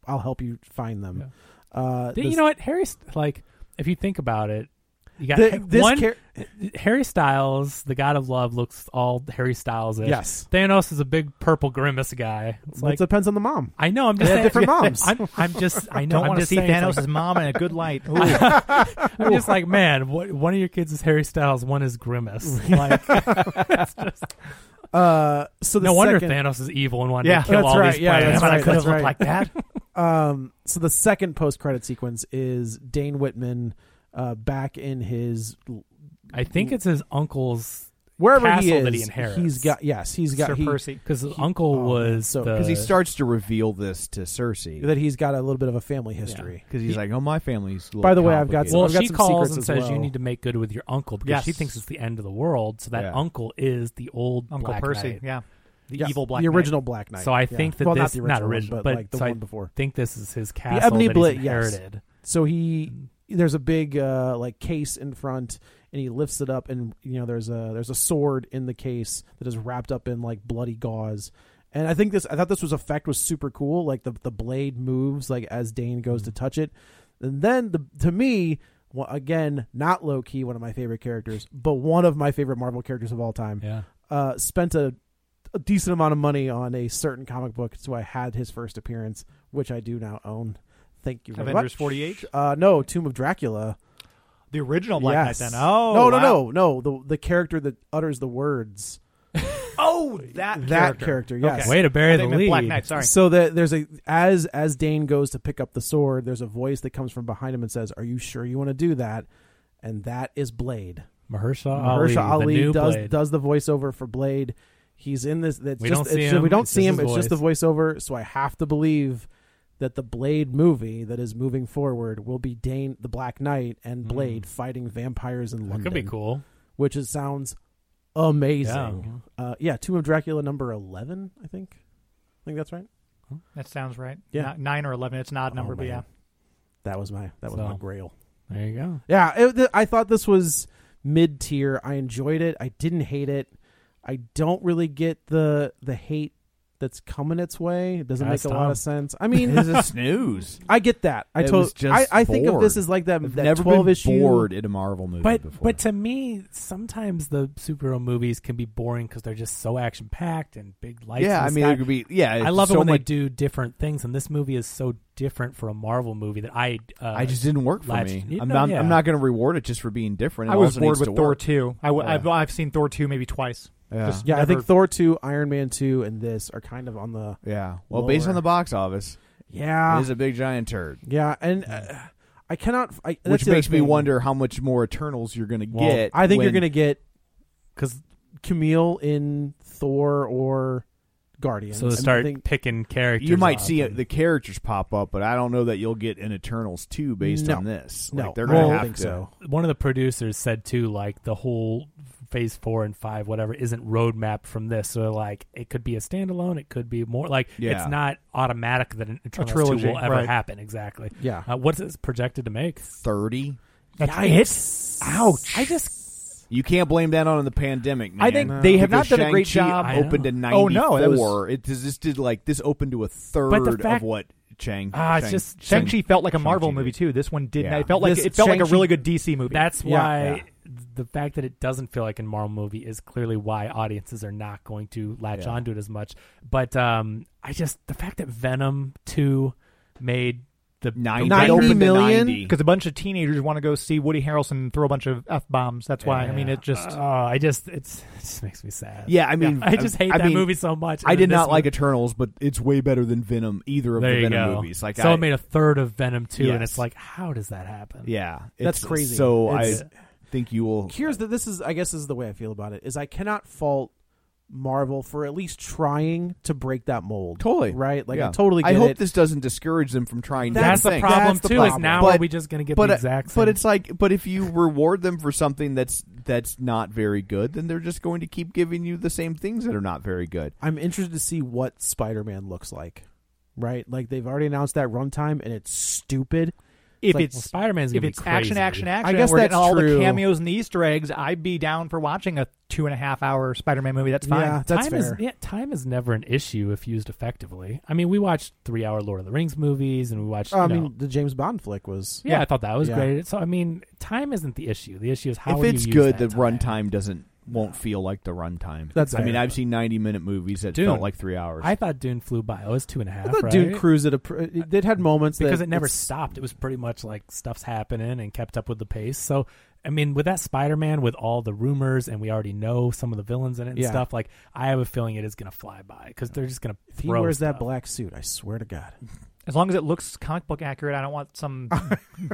S3: I'll help you find them." Uh,
S4: Th-
S3: this-
S4: you know what Harry st- like if you think about it you got
S3: The-
S4: Ha-
S3: this
S4: one
S3: char-
S4: Harry Styles the god of love looks all Harry Styles ish
S3: Yes.
S4: Thanos is a big purple grimace guy it's
S3: well, it
S4: like
S3: depends on the mom.
S4: I know I'm just
S3: They
S4: saying,
S3: have different moms.
S4: I'm, I'm just I know
S5: Don't
S4: I'm
S5: want to
S4: just
S5: see
S4: saying, it's
S5: Thanos'
S4: like-
S5: mom in a good light. Ooh.
S4: I'm just like man what, one of your kids is Harry Styles one is grimace like
S3: Uh, so the
S4: no wonder
S3: second,
S4: Thanos is evil and wanted
S5: Yeah,
S4: to kill
S3: that's
S4: all
S3: right,
S4: these
S3: yeah, that's
S4: planets But I
S3: right,
S4: could've
S3: that's
S4: looked
S3: right.
S4: like that
S3: Um, so the second post credit sequence is Dane Whitman, uh, back in his
S4: I think it's his uncle's
S3: wherever he
S4: Castle
S3: is.
S4: that he inherits.
S3: He's got yes, he's got
S5: Sir
S3: he,
S5: Percy.
S4: because his uncle
S3: oh, man,
S4: was
S3: so-
S4: the-
S2: because
S3: 'cause
S2: he starts to reveal this to Cersei.
S3: that he's got a little bit of a family history.
S2: because he's like, "Oh, my family's." a little
S3: By the way, I've got-
S2: complicated."
S4: Well,
S3: I've got
S4: she
S3: some
S4: calls
S3: secrets
S4: and
S3: as
S4: says
S3: well.
S4: you need to make good with your uncle because
S5: Yes.
S4: she thinks it's the end of the world. So that
S2: Yeah.
S4: uncle is the old
S5: Uncle
S4: Black
S5: Percy,
S4: Knight.
S5: yeah, the
S3: Yes,
S5: evil black,
S3: the
S5: Knight.
S3: original Black Knight.
S4: So I
S3: yeah.
S4: think that
S3: well,
S4: this
S3: not the original,
S4: not original,
S3: one, but, like the
S4: so I
S3: one before.
S4: think this is his castle
S3: Ebony
S4: that
S3: Blit,
S4: he's
S3: yes.
S4: inherited.
S3: So he there's a big uh, like case in front, and he lifts it up, and you know there's a there's a sword in the case that is wrapped up in like bloody gauze. And I think this I thought this was effect was super cool. Like the the blade moves like as Dane goes to touch it, and then the to me. Well, again, not low key, one of my favorite characters, but one of my favorite Marvel characters of all time.
S4: Yeah.
S3: Uh, spent a, a decent amount of money on a certain comic book, so I had his first appearance, which I do now own. Thank you very
S5: Avengers
S3: much.
S5: 48?
S3: Uh, no, Tomb of Dracula.
S5: the original black
S3: yes.
S5: knight. Then oh,
S3: no, no,
S5: wow.
S3: no, no. The the character that utters the words.
S5: Oh, that
S3: That
S5: character.
S3: character, yes.
S4: Way to bury
S5: I
S4: the
S5: think I meant Black
S4: lead.
S5: Knight. Sorry.
S3: So that there's a as as Dane goes to pick up the sword, there's a voice that comes from behind him and says, "Are you sure you want to do that?" And that is Blade.
S4: Mahershala,
S3: Mahershala
S4: Ali, the new
S3: does
S4: Blade.
S3: does the voiceover for Blade. He's in this. That's
S4: We
S3: just,
S4: don't see
S3: it's just- We
S4: him,
S3: don't
S4: it's
S3: see
S4: just
S3: him.
S4: his
S3: It's just the voiceover. So I have to believe that the Blade movie that is moving forward will be Dane, the Black Knight, and Blade fighting vampires in
S4: Hmm. That
S3: London.
S4: could be cool.
S3: Which is, sounds amazing. Yeah. Uh, yeah, Tomb of Dracula number eleven. I think. I think that's right.
S5: That sounds right.
S3: Yeah. Oh,
S5: Not- nine or eleven. It's an odd number, but
S3: man.
S5: yeah.
S3: That was my that was
S4: Oh, So-
S3: my grail.
S4: There you go.
S3: Yeah, it, th- I thought this was mid tier. I enjoyed it. I didn't hate it. I don't really get the the hate that's coming its way. It doesn't
S4: Ask
S3: make a lot
S4: Tom.
S3: of sense. I mean,
S2: This is a snooze.
S3: I get that. I
S2: It
S3: told.
S2: was just
S3: I, I think of
S2: bored.
S3: this as like that,
S2: I've
S3: that
S2: never
S3: twelve
S2: been
S3: issue.
S2: bored in a Marvel movie
S4: But
S2: before.
S4: but to me, sometimes the superhero movies can be boring because they're just so action packed and big lights.
S2: yeah,
S4: in
S2: I
S4: the
S2: mean,
S4: sky.
S2: it could be. Yeah,
S4: I
S2: it's
S4: love
S2: so
S4: it when
S2: much-
S4: they do different things, and this movie is so different for a Marvel movie that I uh,
S2: I just didn't work for
S4: latched-
S2: me.
S4: You
S2: I'm
S4: know,
S2: not.
S4: yeah.
S2: I'm not going to reward it just for being different. It
S5: I was
S2: also
S5: bored
S2: needs
S5: with
S2: to
S5: Thor
S2: work.
S5: two. I w-
S2: Yeah.
S5: I've, I've seen Thor two maybe twice.
S2: Yeah.
S5: Just
S3: Yeah, I
S5: never-
S3: think Thor two, Iron Man two, and this are kind of on the
S2: Yeah. Well, based
S3: Lower.
S2: on the box office,
S3: yeah
S2: it is a big giant turd,
S3: yeah, and uh, I cannot. I, that's
S2: which
S3: the other
S2: makes me
S3: thing.
S2: wonder how much more Eternals you're going to
S4: Well,
S2: get.
S3: I think you're
S2: when-
S3: gonna get because Camille in Thor or Guardians.
S4: So
S3: I
S4: they
S3: mean, I
S4: start
S3: think-
S4: picking characters.
S2: You might
S4: off
S2: see it,
S4: and-
S2: the characters pop up, but I don't know that you'll get an Eternals two based
S3: No.
S2: on this.
S3: No,
S2: like, they're
S3: I
S2: going
S3: don't
S2: to have
S3: think
S2: to.
S3: so.
S4: one of the producers said too, like the whole phase four and five, whatever, isn't roadmap from this. So like, it could be a standalone. It could be more like
S2: Yeah.
S4: it's not automatic that an Eternals
S5: trilogy,
S4: two will ever
S5: right.
S4: happen. Exactly.
S3: Yeah.
S4: Uh, what's it projected to make?
S2: Thirty.
S4: Yikes! Ouch! I just
S2: You can't blame that on the pandemic, man.
S5: I think they have
S2: Because
S5: not done a great
S2: Shang-Chi
S5: job.
S4: I
S2: Opened
S4: know.
S2: to ninety-four.
S5: Oh, no, that was-
S2: it just, this did like this opened to a third
S4: But the fact-
S2: of what Chang.
S5: Ah, it's
S2: Shang-
S5: just
S2: Shang-
S5: Shang Chi felt like a Marvel
S2: Shang-Chi
S5: movie
S2: did.
S5: too. This one did.
S2: Yeah.
S5: not It felt like
S3: This
S5: it felt like a
S3: Shang-Chi-
S5: really good DC movie.
S4: that's
S3: Yeah.
S4: why
S2: Yeah.
S4: the fact that it doesn't feel like a Marvel movie is clearly why audiences are not going to latch
S2: Yeah.
S4: onto it as much. But um, I just the fact that Venom two made the
S2: Ninety,
S3: Ninety
S2: Over the
S3: million?
S2: 90.
S5: because a bunch of teenagers want to go see Woody Harrelson throw a bunch of f bombs. That's why. I mean,
S4: Yeah.
S5: it just
S4: oh, I just it's it just makes me sad.
S2: Yeah, I mean,
S4: I just hate
S2: I
S4: that
S2: mean,
S4: movie so much.
S2: I
S4: and
S2: did
S4: this
S2: not like
S4: one-
S2: Eternals, but it's way better than Venom. Either of
S4: There
S2: the
S4: you
S2: Venom
S4: go.
S2: movies, like
S4: so,
S2: I
S4: it made a third of Venom two, and
S2: Yes.
S4: it's like, how does that happen?
S2: yeah,
S3: That's
S2: it's-
S3: crazy.
S2: So
S3: It's-
S2: I think you will.
S3: here's the this is I guess this is the way I feel about it is I cannot fault Marvel for at least trying to break that mold.
S2: Totally
S3: right. Like
S2: Yeah.
S3: I totally. Get
S2: I hope
S3: it.
S2: this doesn't discourage them from trying.
S4: That's the
S2: different things.
S4: problem
S3: That's the
S4: too. Is
S3: problem.
S4: now
S2: But-
S4: are we just going to get
S2: but
S4: the
S2: uh,
S4: exact same?
S2: but it's like but if you reward them for something that's that's not very good, then they're just going to keep giving you the same things that are not very good.
S3: I'm interested to see what Spider Man looks like. Right, like they've already announced that runtime, and it's stupid.
S5: if
S3: like,
S5: it's
S4: well, Spider-Man's
S5: if
S4: gonna be
S5: it's action,
S4: crazy.
S5: action, action,
S3: I guess
S5: and we're getting
S3: that's
S5: all
S3: true.
S5: the cameos and the Easter eggs. I'd be down for watching a two and a half hour Spider-Man movie. That's fine.
S3: Yeah, that's
S4: time
S3: fair.
S4: is yeah, time is never an issue if used effectively. I mean, we watched three-hour Lord of the Rings movies, and we watched.
S3: I
S4: you know-
S3: mean, the James Bond flick was
S4: yeah, I thought that was
S3: Yeah.
S4: great. So I mean, time isn't the issue. The issue is how
S2: if
S4: do
S2: it's
S4: you
S2: good, the
S4: use that time.
S2: runtime doesn't won't feel like the runtime.
S3: That's
S2: I mean,
S3: fair.
S2: I've seen ninety minute movies that
S4: Dune.
S2: felt like three hours.
S4: I thought Dune flew by. It was two and a half.
S3: I thought
S4: right?
S3: Dune Cruise at a. pr- It, it had moments
S4: because
S3: that
S4: it never
S3: it's-
S4: stopped. It was pretty much like stuff's happening and kept up with the pace. So I mean, with that Spider-Man, with all the rumors, and we already know some of the villains in it and
S3: Yeah.
S4: stuff. Like, I have a feeling it is going to fly by because they're just going to.
S3: If he wears that black suit, I swear to God.
S5: As long as it looks comic book accurate, I don't want some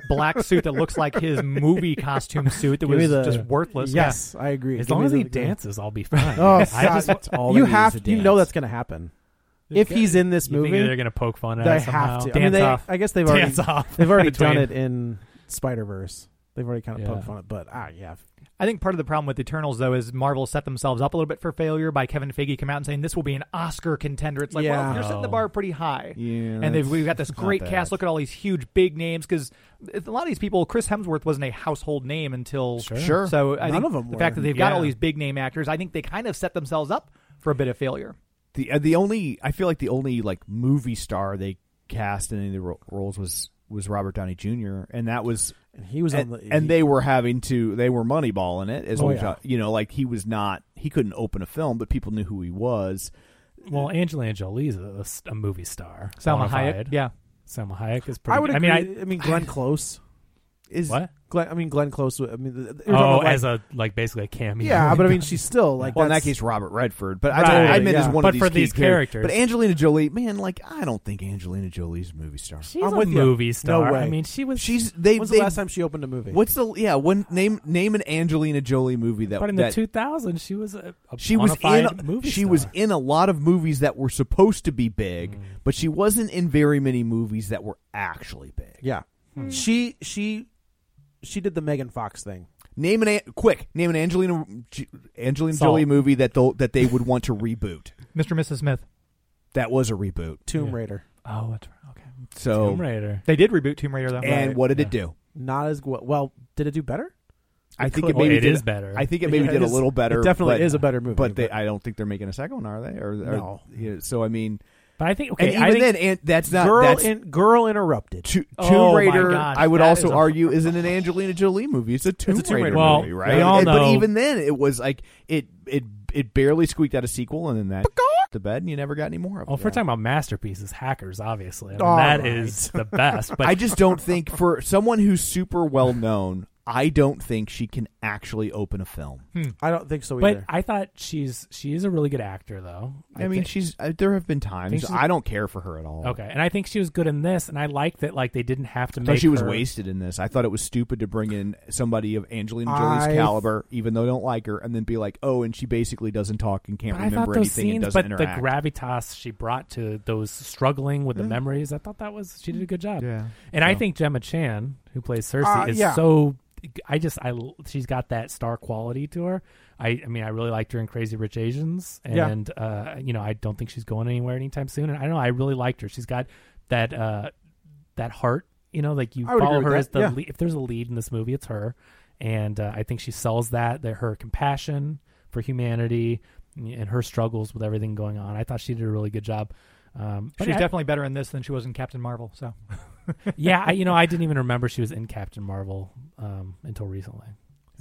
S5: black suit that looks like his movie costume suit that
S3: Give me
S5: was
S3: the-
S5: just worthless.
S3: Yes, I agree.
S4: As
S3: Give
S4: long
S3: me
S4: as he
S3: the- give me-
S4: dances, I'll be fine.
S3: Oh,
S4: I
S3: God,
S4: just
S3: it's all
S2: they
S3: you
S2: need
S3: have.
S2: is to
S3: you know
S2: dance.
S3: that's going to happen if he's in this
S4: You think
S3: movie.
S4: they're going to poke fun at
S3: They
S4: it somehow?
S3: have to. I, mean,
S4: Dance
S3: they,
S4: off.
S3: I guess they've already
S4: Dance off.
S3: they've already done
S4: between-
S3: it in Spider Verse. They've already kind of poked
S4: Yeah.
S3: fun at, but ah, yeah,
S5: Yeah. I think part of the problem with Eternals though is Marvel set themselves up a little bit for failure by Kevin Feige coming out and saying this will be an Oscar contender. It's like,
S3: Yeah.
S5: well, you're setting the bar pretty high.
S2: Yeah,
S5: and they've,
S2: that's
S5: we've got this
S2: not
S5: great
S2: bad.
S5: cast. Look at all these huge big names because a lot of these people, Chris Hemsworth wasn't a household name until
S4: Sure.
S2: Sure.
S5: So I
S3: None
S5: think
S3: of 'em
S5: the fact
S3: were.
S5: that they've got
S4: Yeah.
S5: all these big name actors, I think they kind of set themselves up for a bit of failure.
S2: the uh, the only I feel like the only like movie star they cast in any of the ro- roles was was Robert Downey Jr. and that was
S3: and he was
S2: and,
S3: on the
S2: and they were having to they were moneyballing it as
S3: Oh,
S2: we
S3: yeah.
S2: talk- you know like he was not he couldn't open a film but people knew who he was
S4: Well, Angelina Jolie is a, a movie star.
S5: Salma
S4: Bonafide.
S5: Hayek, yeah,
S4: Selma Hayek is pretty.
S3: I would.
S4: good. I
S3: Agree.
S4: mean,
S3: I
S4: I
S3: mean, I, mean Glenn Close is
S4: What?
S3: Glenn, I mean, Glenn Close. I mean, th- th-
S4: oh,
S3: like-
S4: as a like basically a cameo.
S3: yeah, but I mean, she's still like.
S2: well in that
S3: that's-
S2: case Robert Redford but
S4: Right,
S2: I, I meant
S3: yeah.
S2: as one
S4: But
S2: of these
S4: for
S2: key
S4: these characters.
S2: but Angelina Jolie man like I don't think Angelina Jolie's a movie star
S4: she's
S3: I'm
S4: a
S3: with you.
S4: movie
S3: No
S4: star. I
S3: way.
S4: mean, she was.
S2: she's they
S3: when's
S2: they
S3: the last time she opened a movie?
S2: what's the yeah one name name an Angelina Jolie movie that
S4: But in the
S2: that,
S4: 2000s, she was a, a
S2: she was in
S4: bonafide movie
S2: she
S4: star.
S2: was in a lot of movies that were supposed to be big
S3: Mm.
S2: but she wasn't in very many movies that were actually big
S3: Yeah, she she she did the Megan Fox thing.
S2: Name an a- quick name an Angelina J- Angelina
S4: Salt.
S2: Jolie movie that they'll, that they would want to reboot.
S5: Mr. and Mrs. Smith.
S2: That was a reboot.
S3: Tomb Raider,
S5: Oh, that's right. okay.
S2: So
S4: Tomb Raider.
S5: They did reboot Tomb Raider though.
S2: and
S3: Right,
S2: what did it do?
S3: not as well. well did it do better?
S2: I think
S4: could-
S2: it maybe
S4: Well, it
S2: did,
S4: is better.
S2: I think it maybe
S3: Yeah,
S2: did
S3: it
S2: a
S3: is-
S2: little better.
S3: it definitely
S2: but-
S3: is a better movie,
S2: but they,
S3: but-
S2: I don't think they're making a second one, are they? Or, or-
S3: No.
S2: yeah, so I mean,
S4: But I think
S2: and
S4: okay.
S2: even
S4: I think,
S2: then, and that's not
S3: girl,
S2: that's
S3: in, girl interrupted.
S2: To, Tomb
S5: Oh my
S2: Raider.
S5: gosh,
S2: I would
S5: that
S2: also
S5: is a-
S2: argue isn't an Angelina Jolie movie. It's a Tomb,
S3: Tomb
S2: Raider,
S3: Raider
S4: Well,
S2: movie, right?
S4: we all
S2: And- But
S4: know-
S2: even then, it was like it it it barely squeaked out a sequel, and then that the bed, and you never got any more of it.
S4: well, if we're
S2: Yeah.
S4: talking about masterpieces, hackers, obviously, I
S3: All
S4: mean, that
S3: right.
S4: is the best. But
S2: I just don't think for someone who's super well known, I don't think she can actually open a film.
S4: Hmm.
S3: I don't think so
S4: but
S3: either.
S4: I thought she's she is a really good actor though.
S2: I, mean,
S4: think.
S2: she's uh, there have been
S4: Think
S2: times
S4: she's-
S2: I don't care for her at all.
S4: okay, and I think she was good in this, and I like that like they didn't have
S2: I
S4: to make
S2: thought she was
S4: her-
S2: wasted in this. I thought it was stupid to bring in somebody of Angelina Jolie's
S3: I-
S2: caliber, even though I don't like her, and then be like, "Oh, and she basically doesn't talk and can't
S4: But I
S2: remember
S4: thought those
S2: anything and
S4: scenes,
S2: doesn't
S4: but
S2: interact."
S4: the gravitas she brought to those struggling with the memories, I thought that was she did a good job.
S2: Yeah.
S4: and I think Gemma Chan, who plays Cersei,
S3: Uh,
S4: is
S3: yeah.
S4: so. I just I l- she's got that star quality to her. I I mean I really liked her in Crazy Rich Asians,
S3: Yeah.
S4: and uh, you know I don't think she's going anywhere anytime soon. And I don't know I really liked her. She's got that uh, that heart. You know, like you
S3: I would
S4: follow
S3: agree with
S4: her as
S3: that,
S4: the
S3: yeah.
S4: lead. If there's a lead in this movie, it's her, and uh, I think she sells that that her compassion for humanity and her struggles with everything going on. I thought she did a really good job. Um, but
S5: She's
S4: I-
S5: definitely better in this than she was in Captain Marvel. So
S4: yeah, I, you know, I didn't even remember she was in Captain Marvel um, until recently.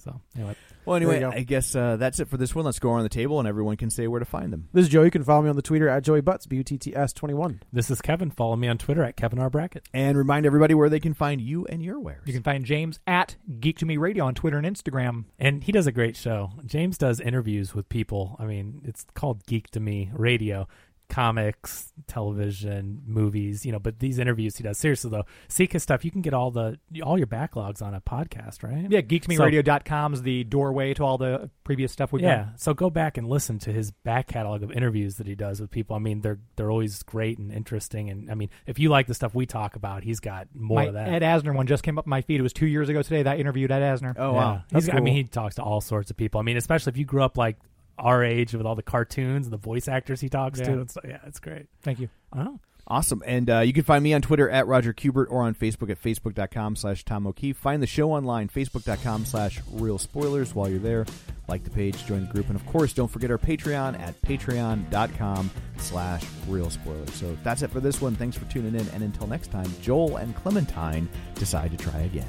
S4: So anyway,
S2: Well,
S3: There you
S2: anyway,
S3: go.
S2: I guess uh, that's it for this one. Let's go around the table and everyone can say where to find them.
S3: This is Joe. You can follow me on the Twitter at Joey Butts, B U T T S 21.
S4: this is Kevin. Follow me on Twitter at Kevin R Brackett.
S2: And remind everybody where they can find you and your wares.
S5: You can find James at Geek to Me Radio on Twitter and Instagram.
S4: And he does a great show. James does interviews with people. I mean, it's called Geek to Me Radio, comics, television, movies, you know, but these interviews he does. Seriously though, seek his stuff. You can get all the all your backlogs on a podcast, right?
S5: Yeah, geektomeradio.com
S4: So-
S5: dot com is the doorway to all the previous stuff we've
S4: yeah.
S5: done.
S4: So go back and listen to his back catalog of interviews that he does with people. I mean, they're they're always great and interesting. And I mean, if you like the stuff we talk about, he's got more
S5: My
S4: of that.
S5: Ed Asner one just came up my feed. It was two years ago today that I interviewed Ed Asner.
S2: Oh,
S4: Yeah.
S2: wow.
S4: He's-
S2: That's
S4: I mean,
S2: cool.
S4: he talks to all sorts of people. I mean, especially if you grew up like our age with all the cartoons and the voice actors he talks
S5: Yeah.
S4: to. It's, yeah, it's great.
S5: Thank you.
S4: Oh,
S2: Awesome. And uh, you can find me on Twitter at Roger Kubert or on Facebook at Facebook.com slash Tom O'Keefe. Find the show online, Facebook.com slash Real Spoilers while you're there. Like the page, join the group, and of course, don't forget our Patreon at Patreon.com slash Real Spoilers. So that's it for this one. Thanks for tuning in. And until next time, Joel and Clementine decide to try again.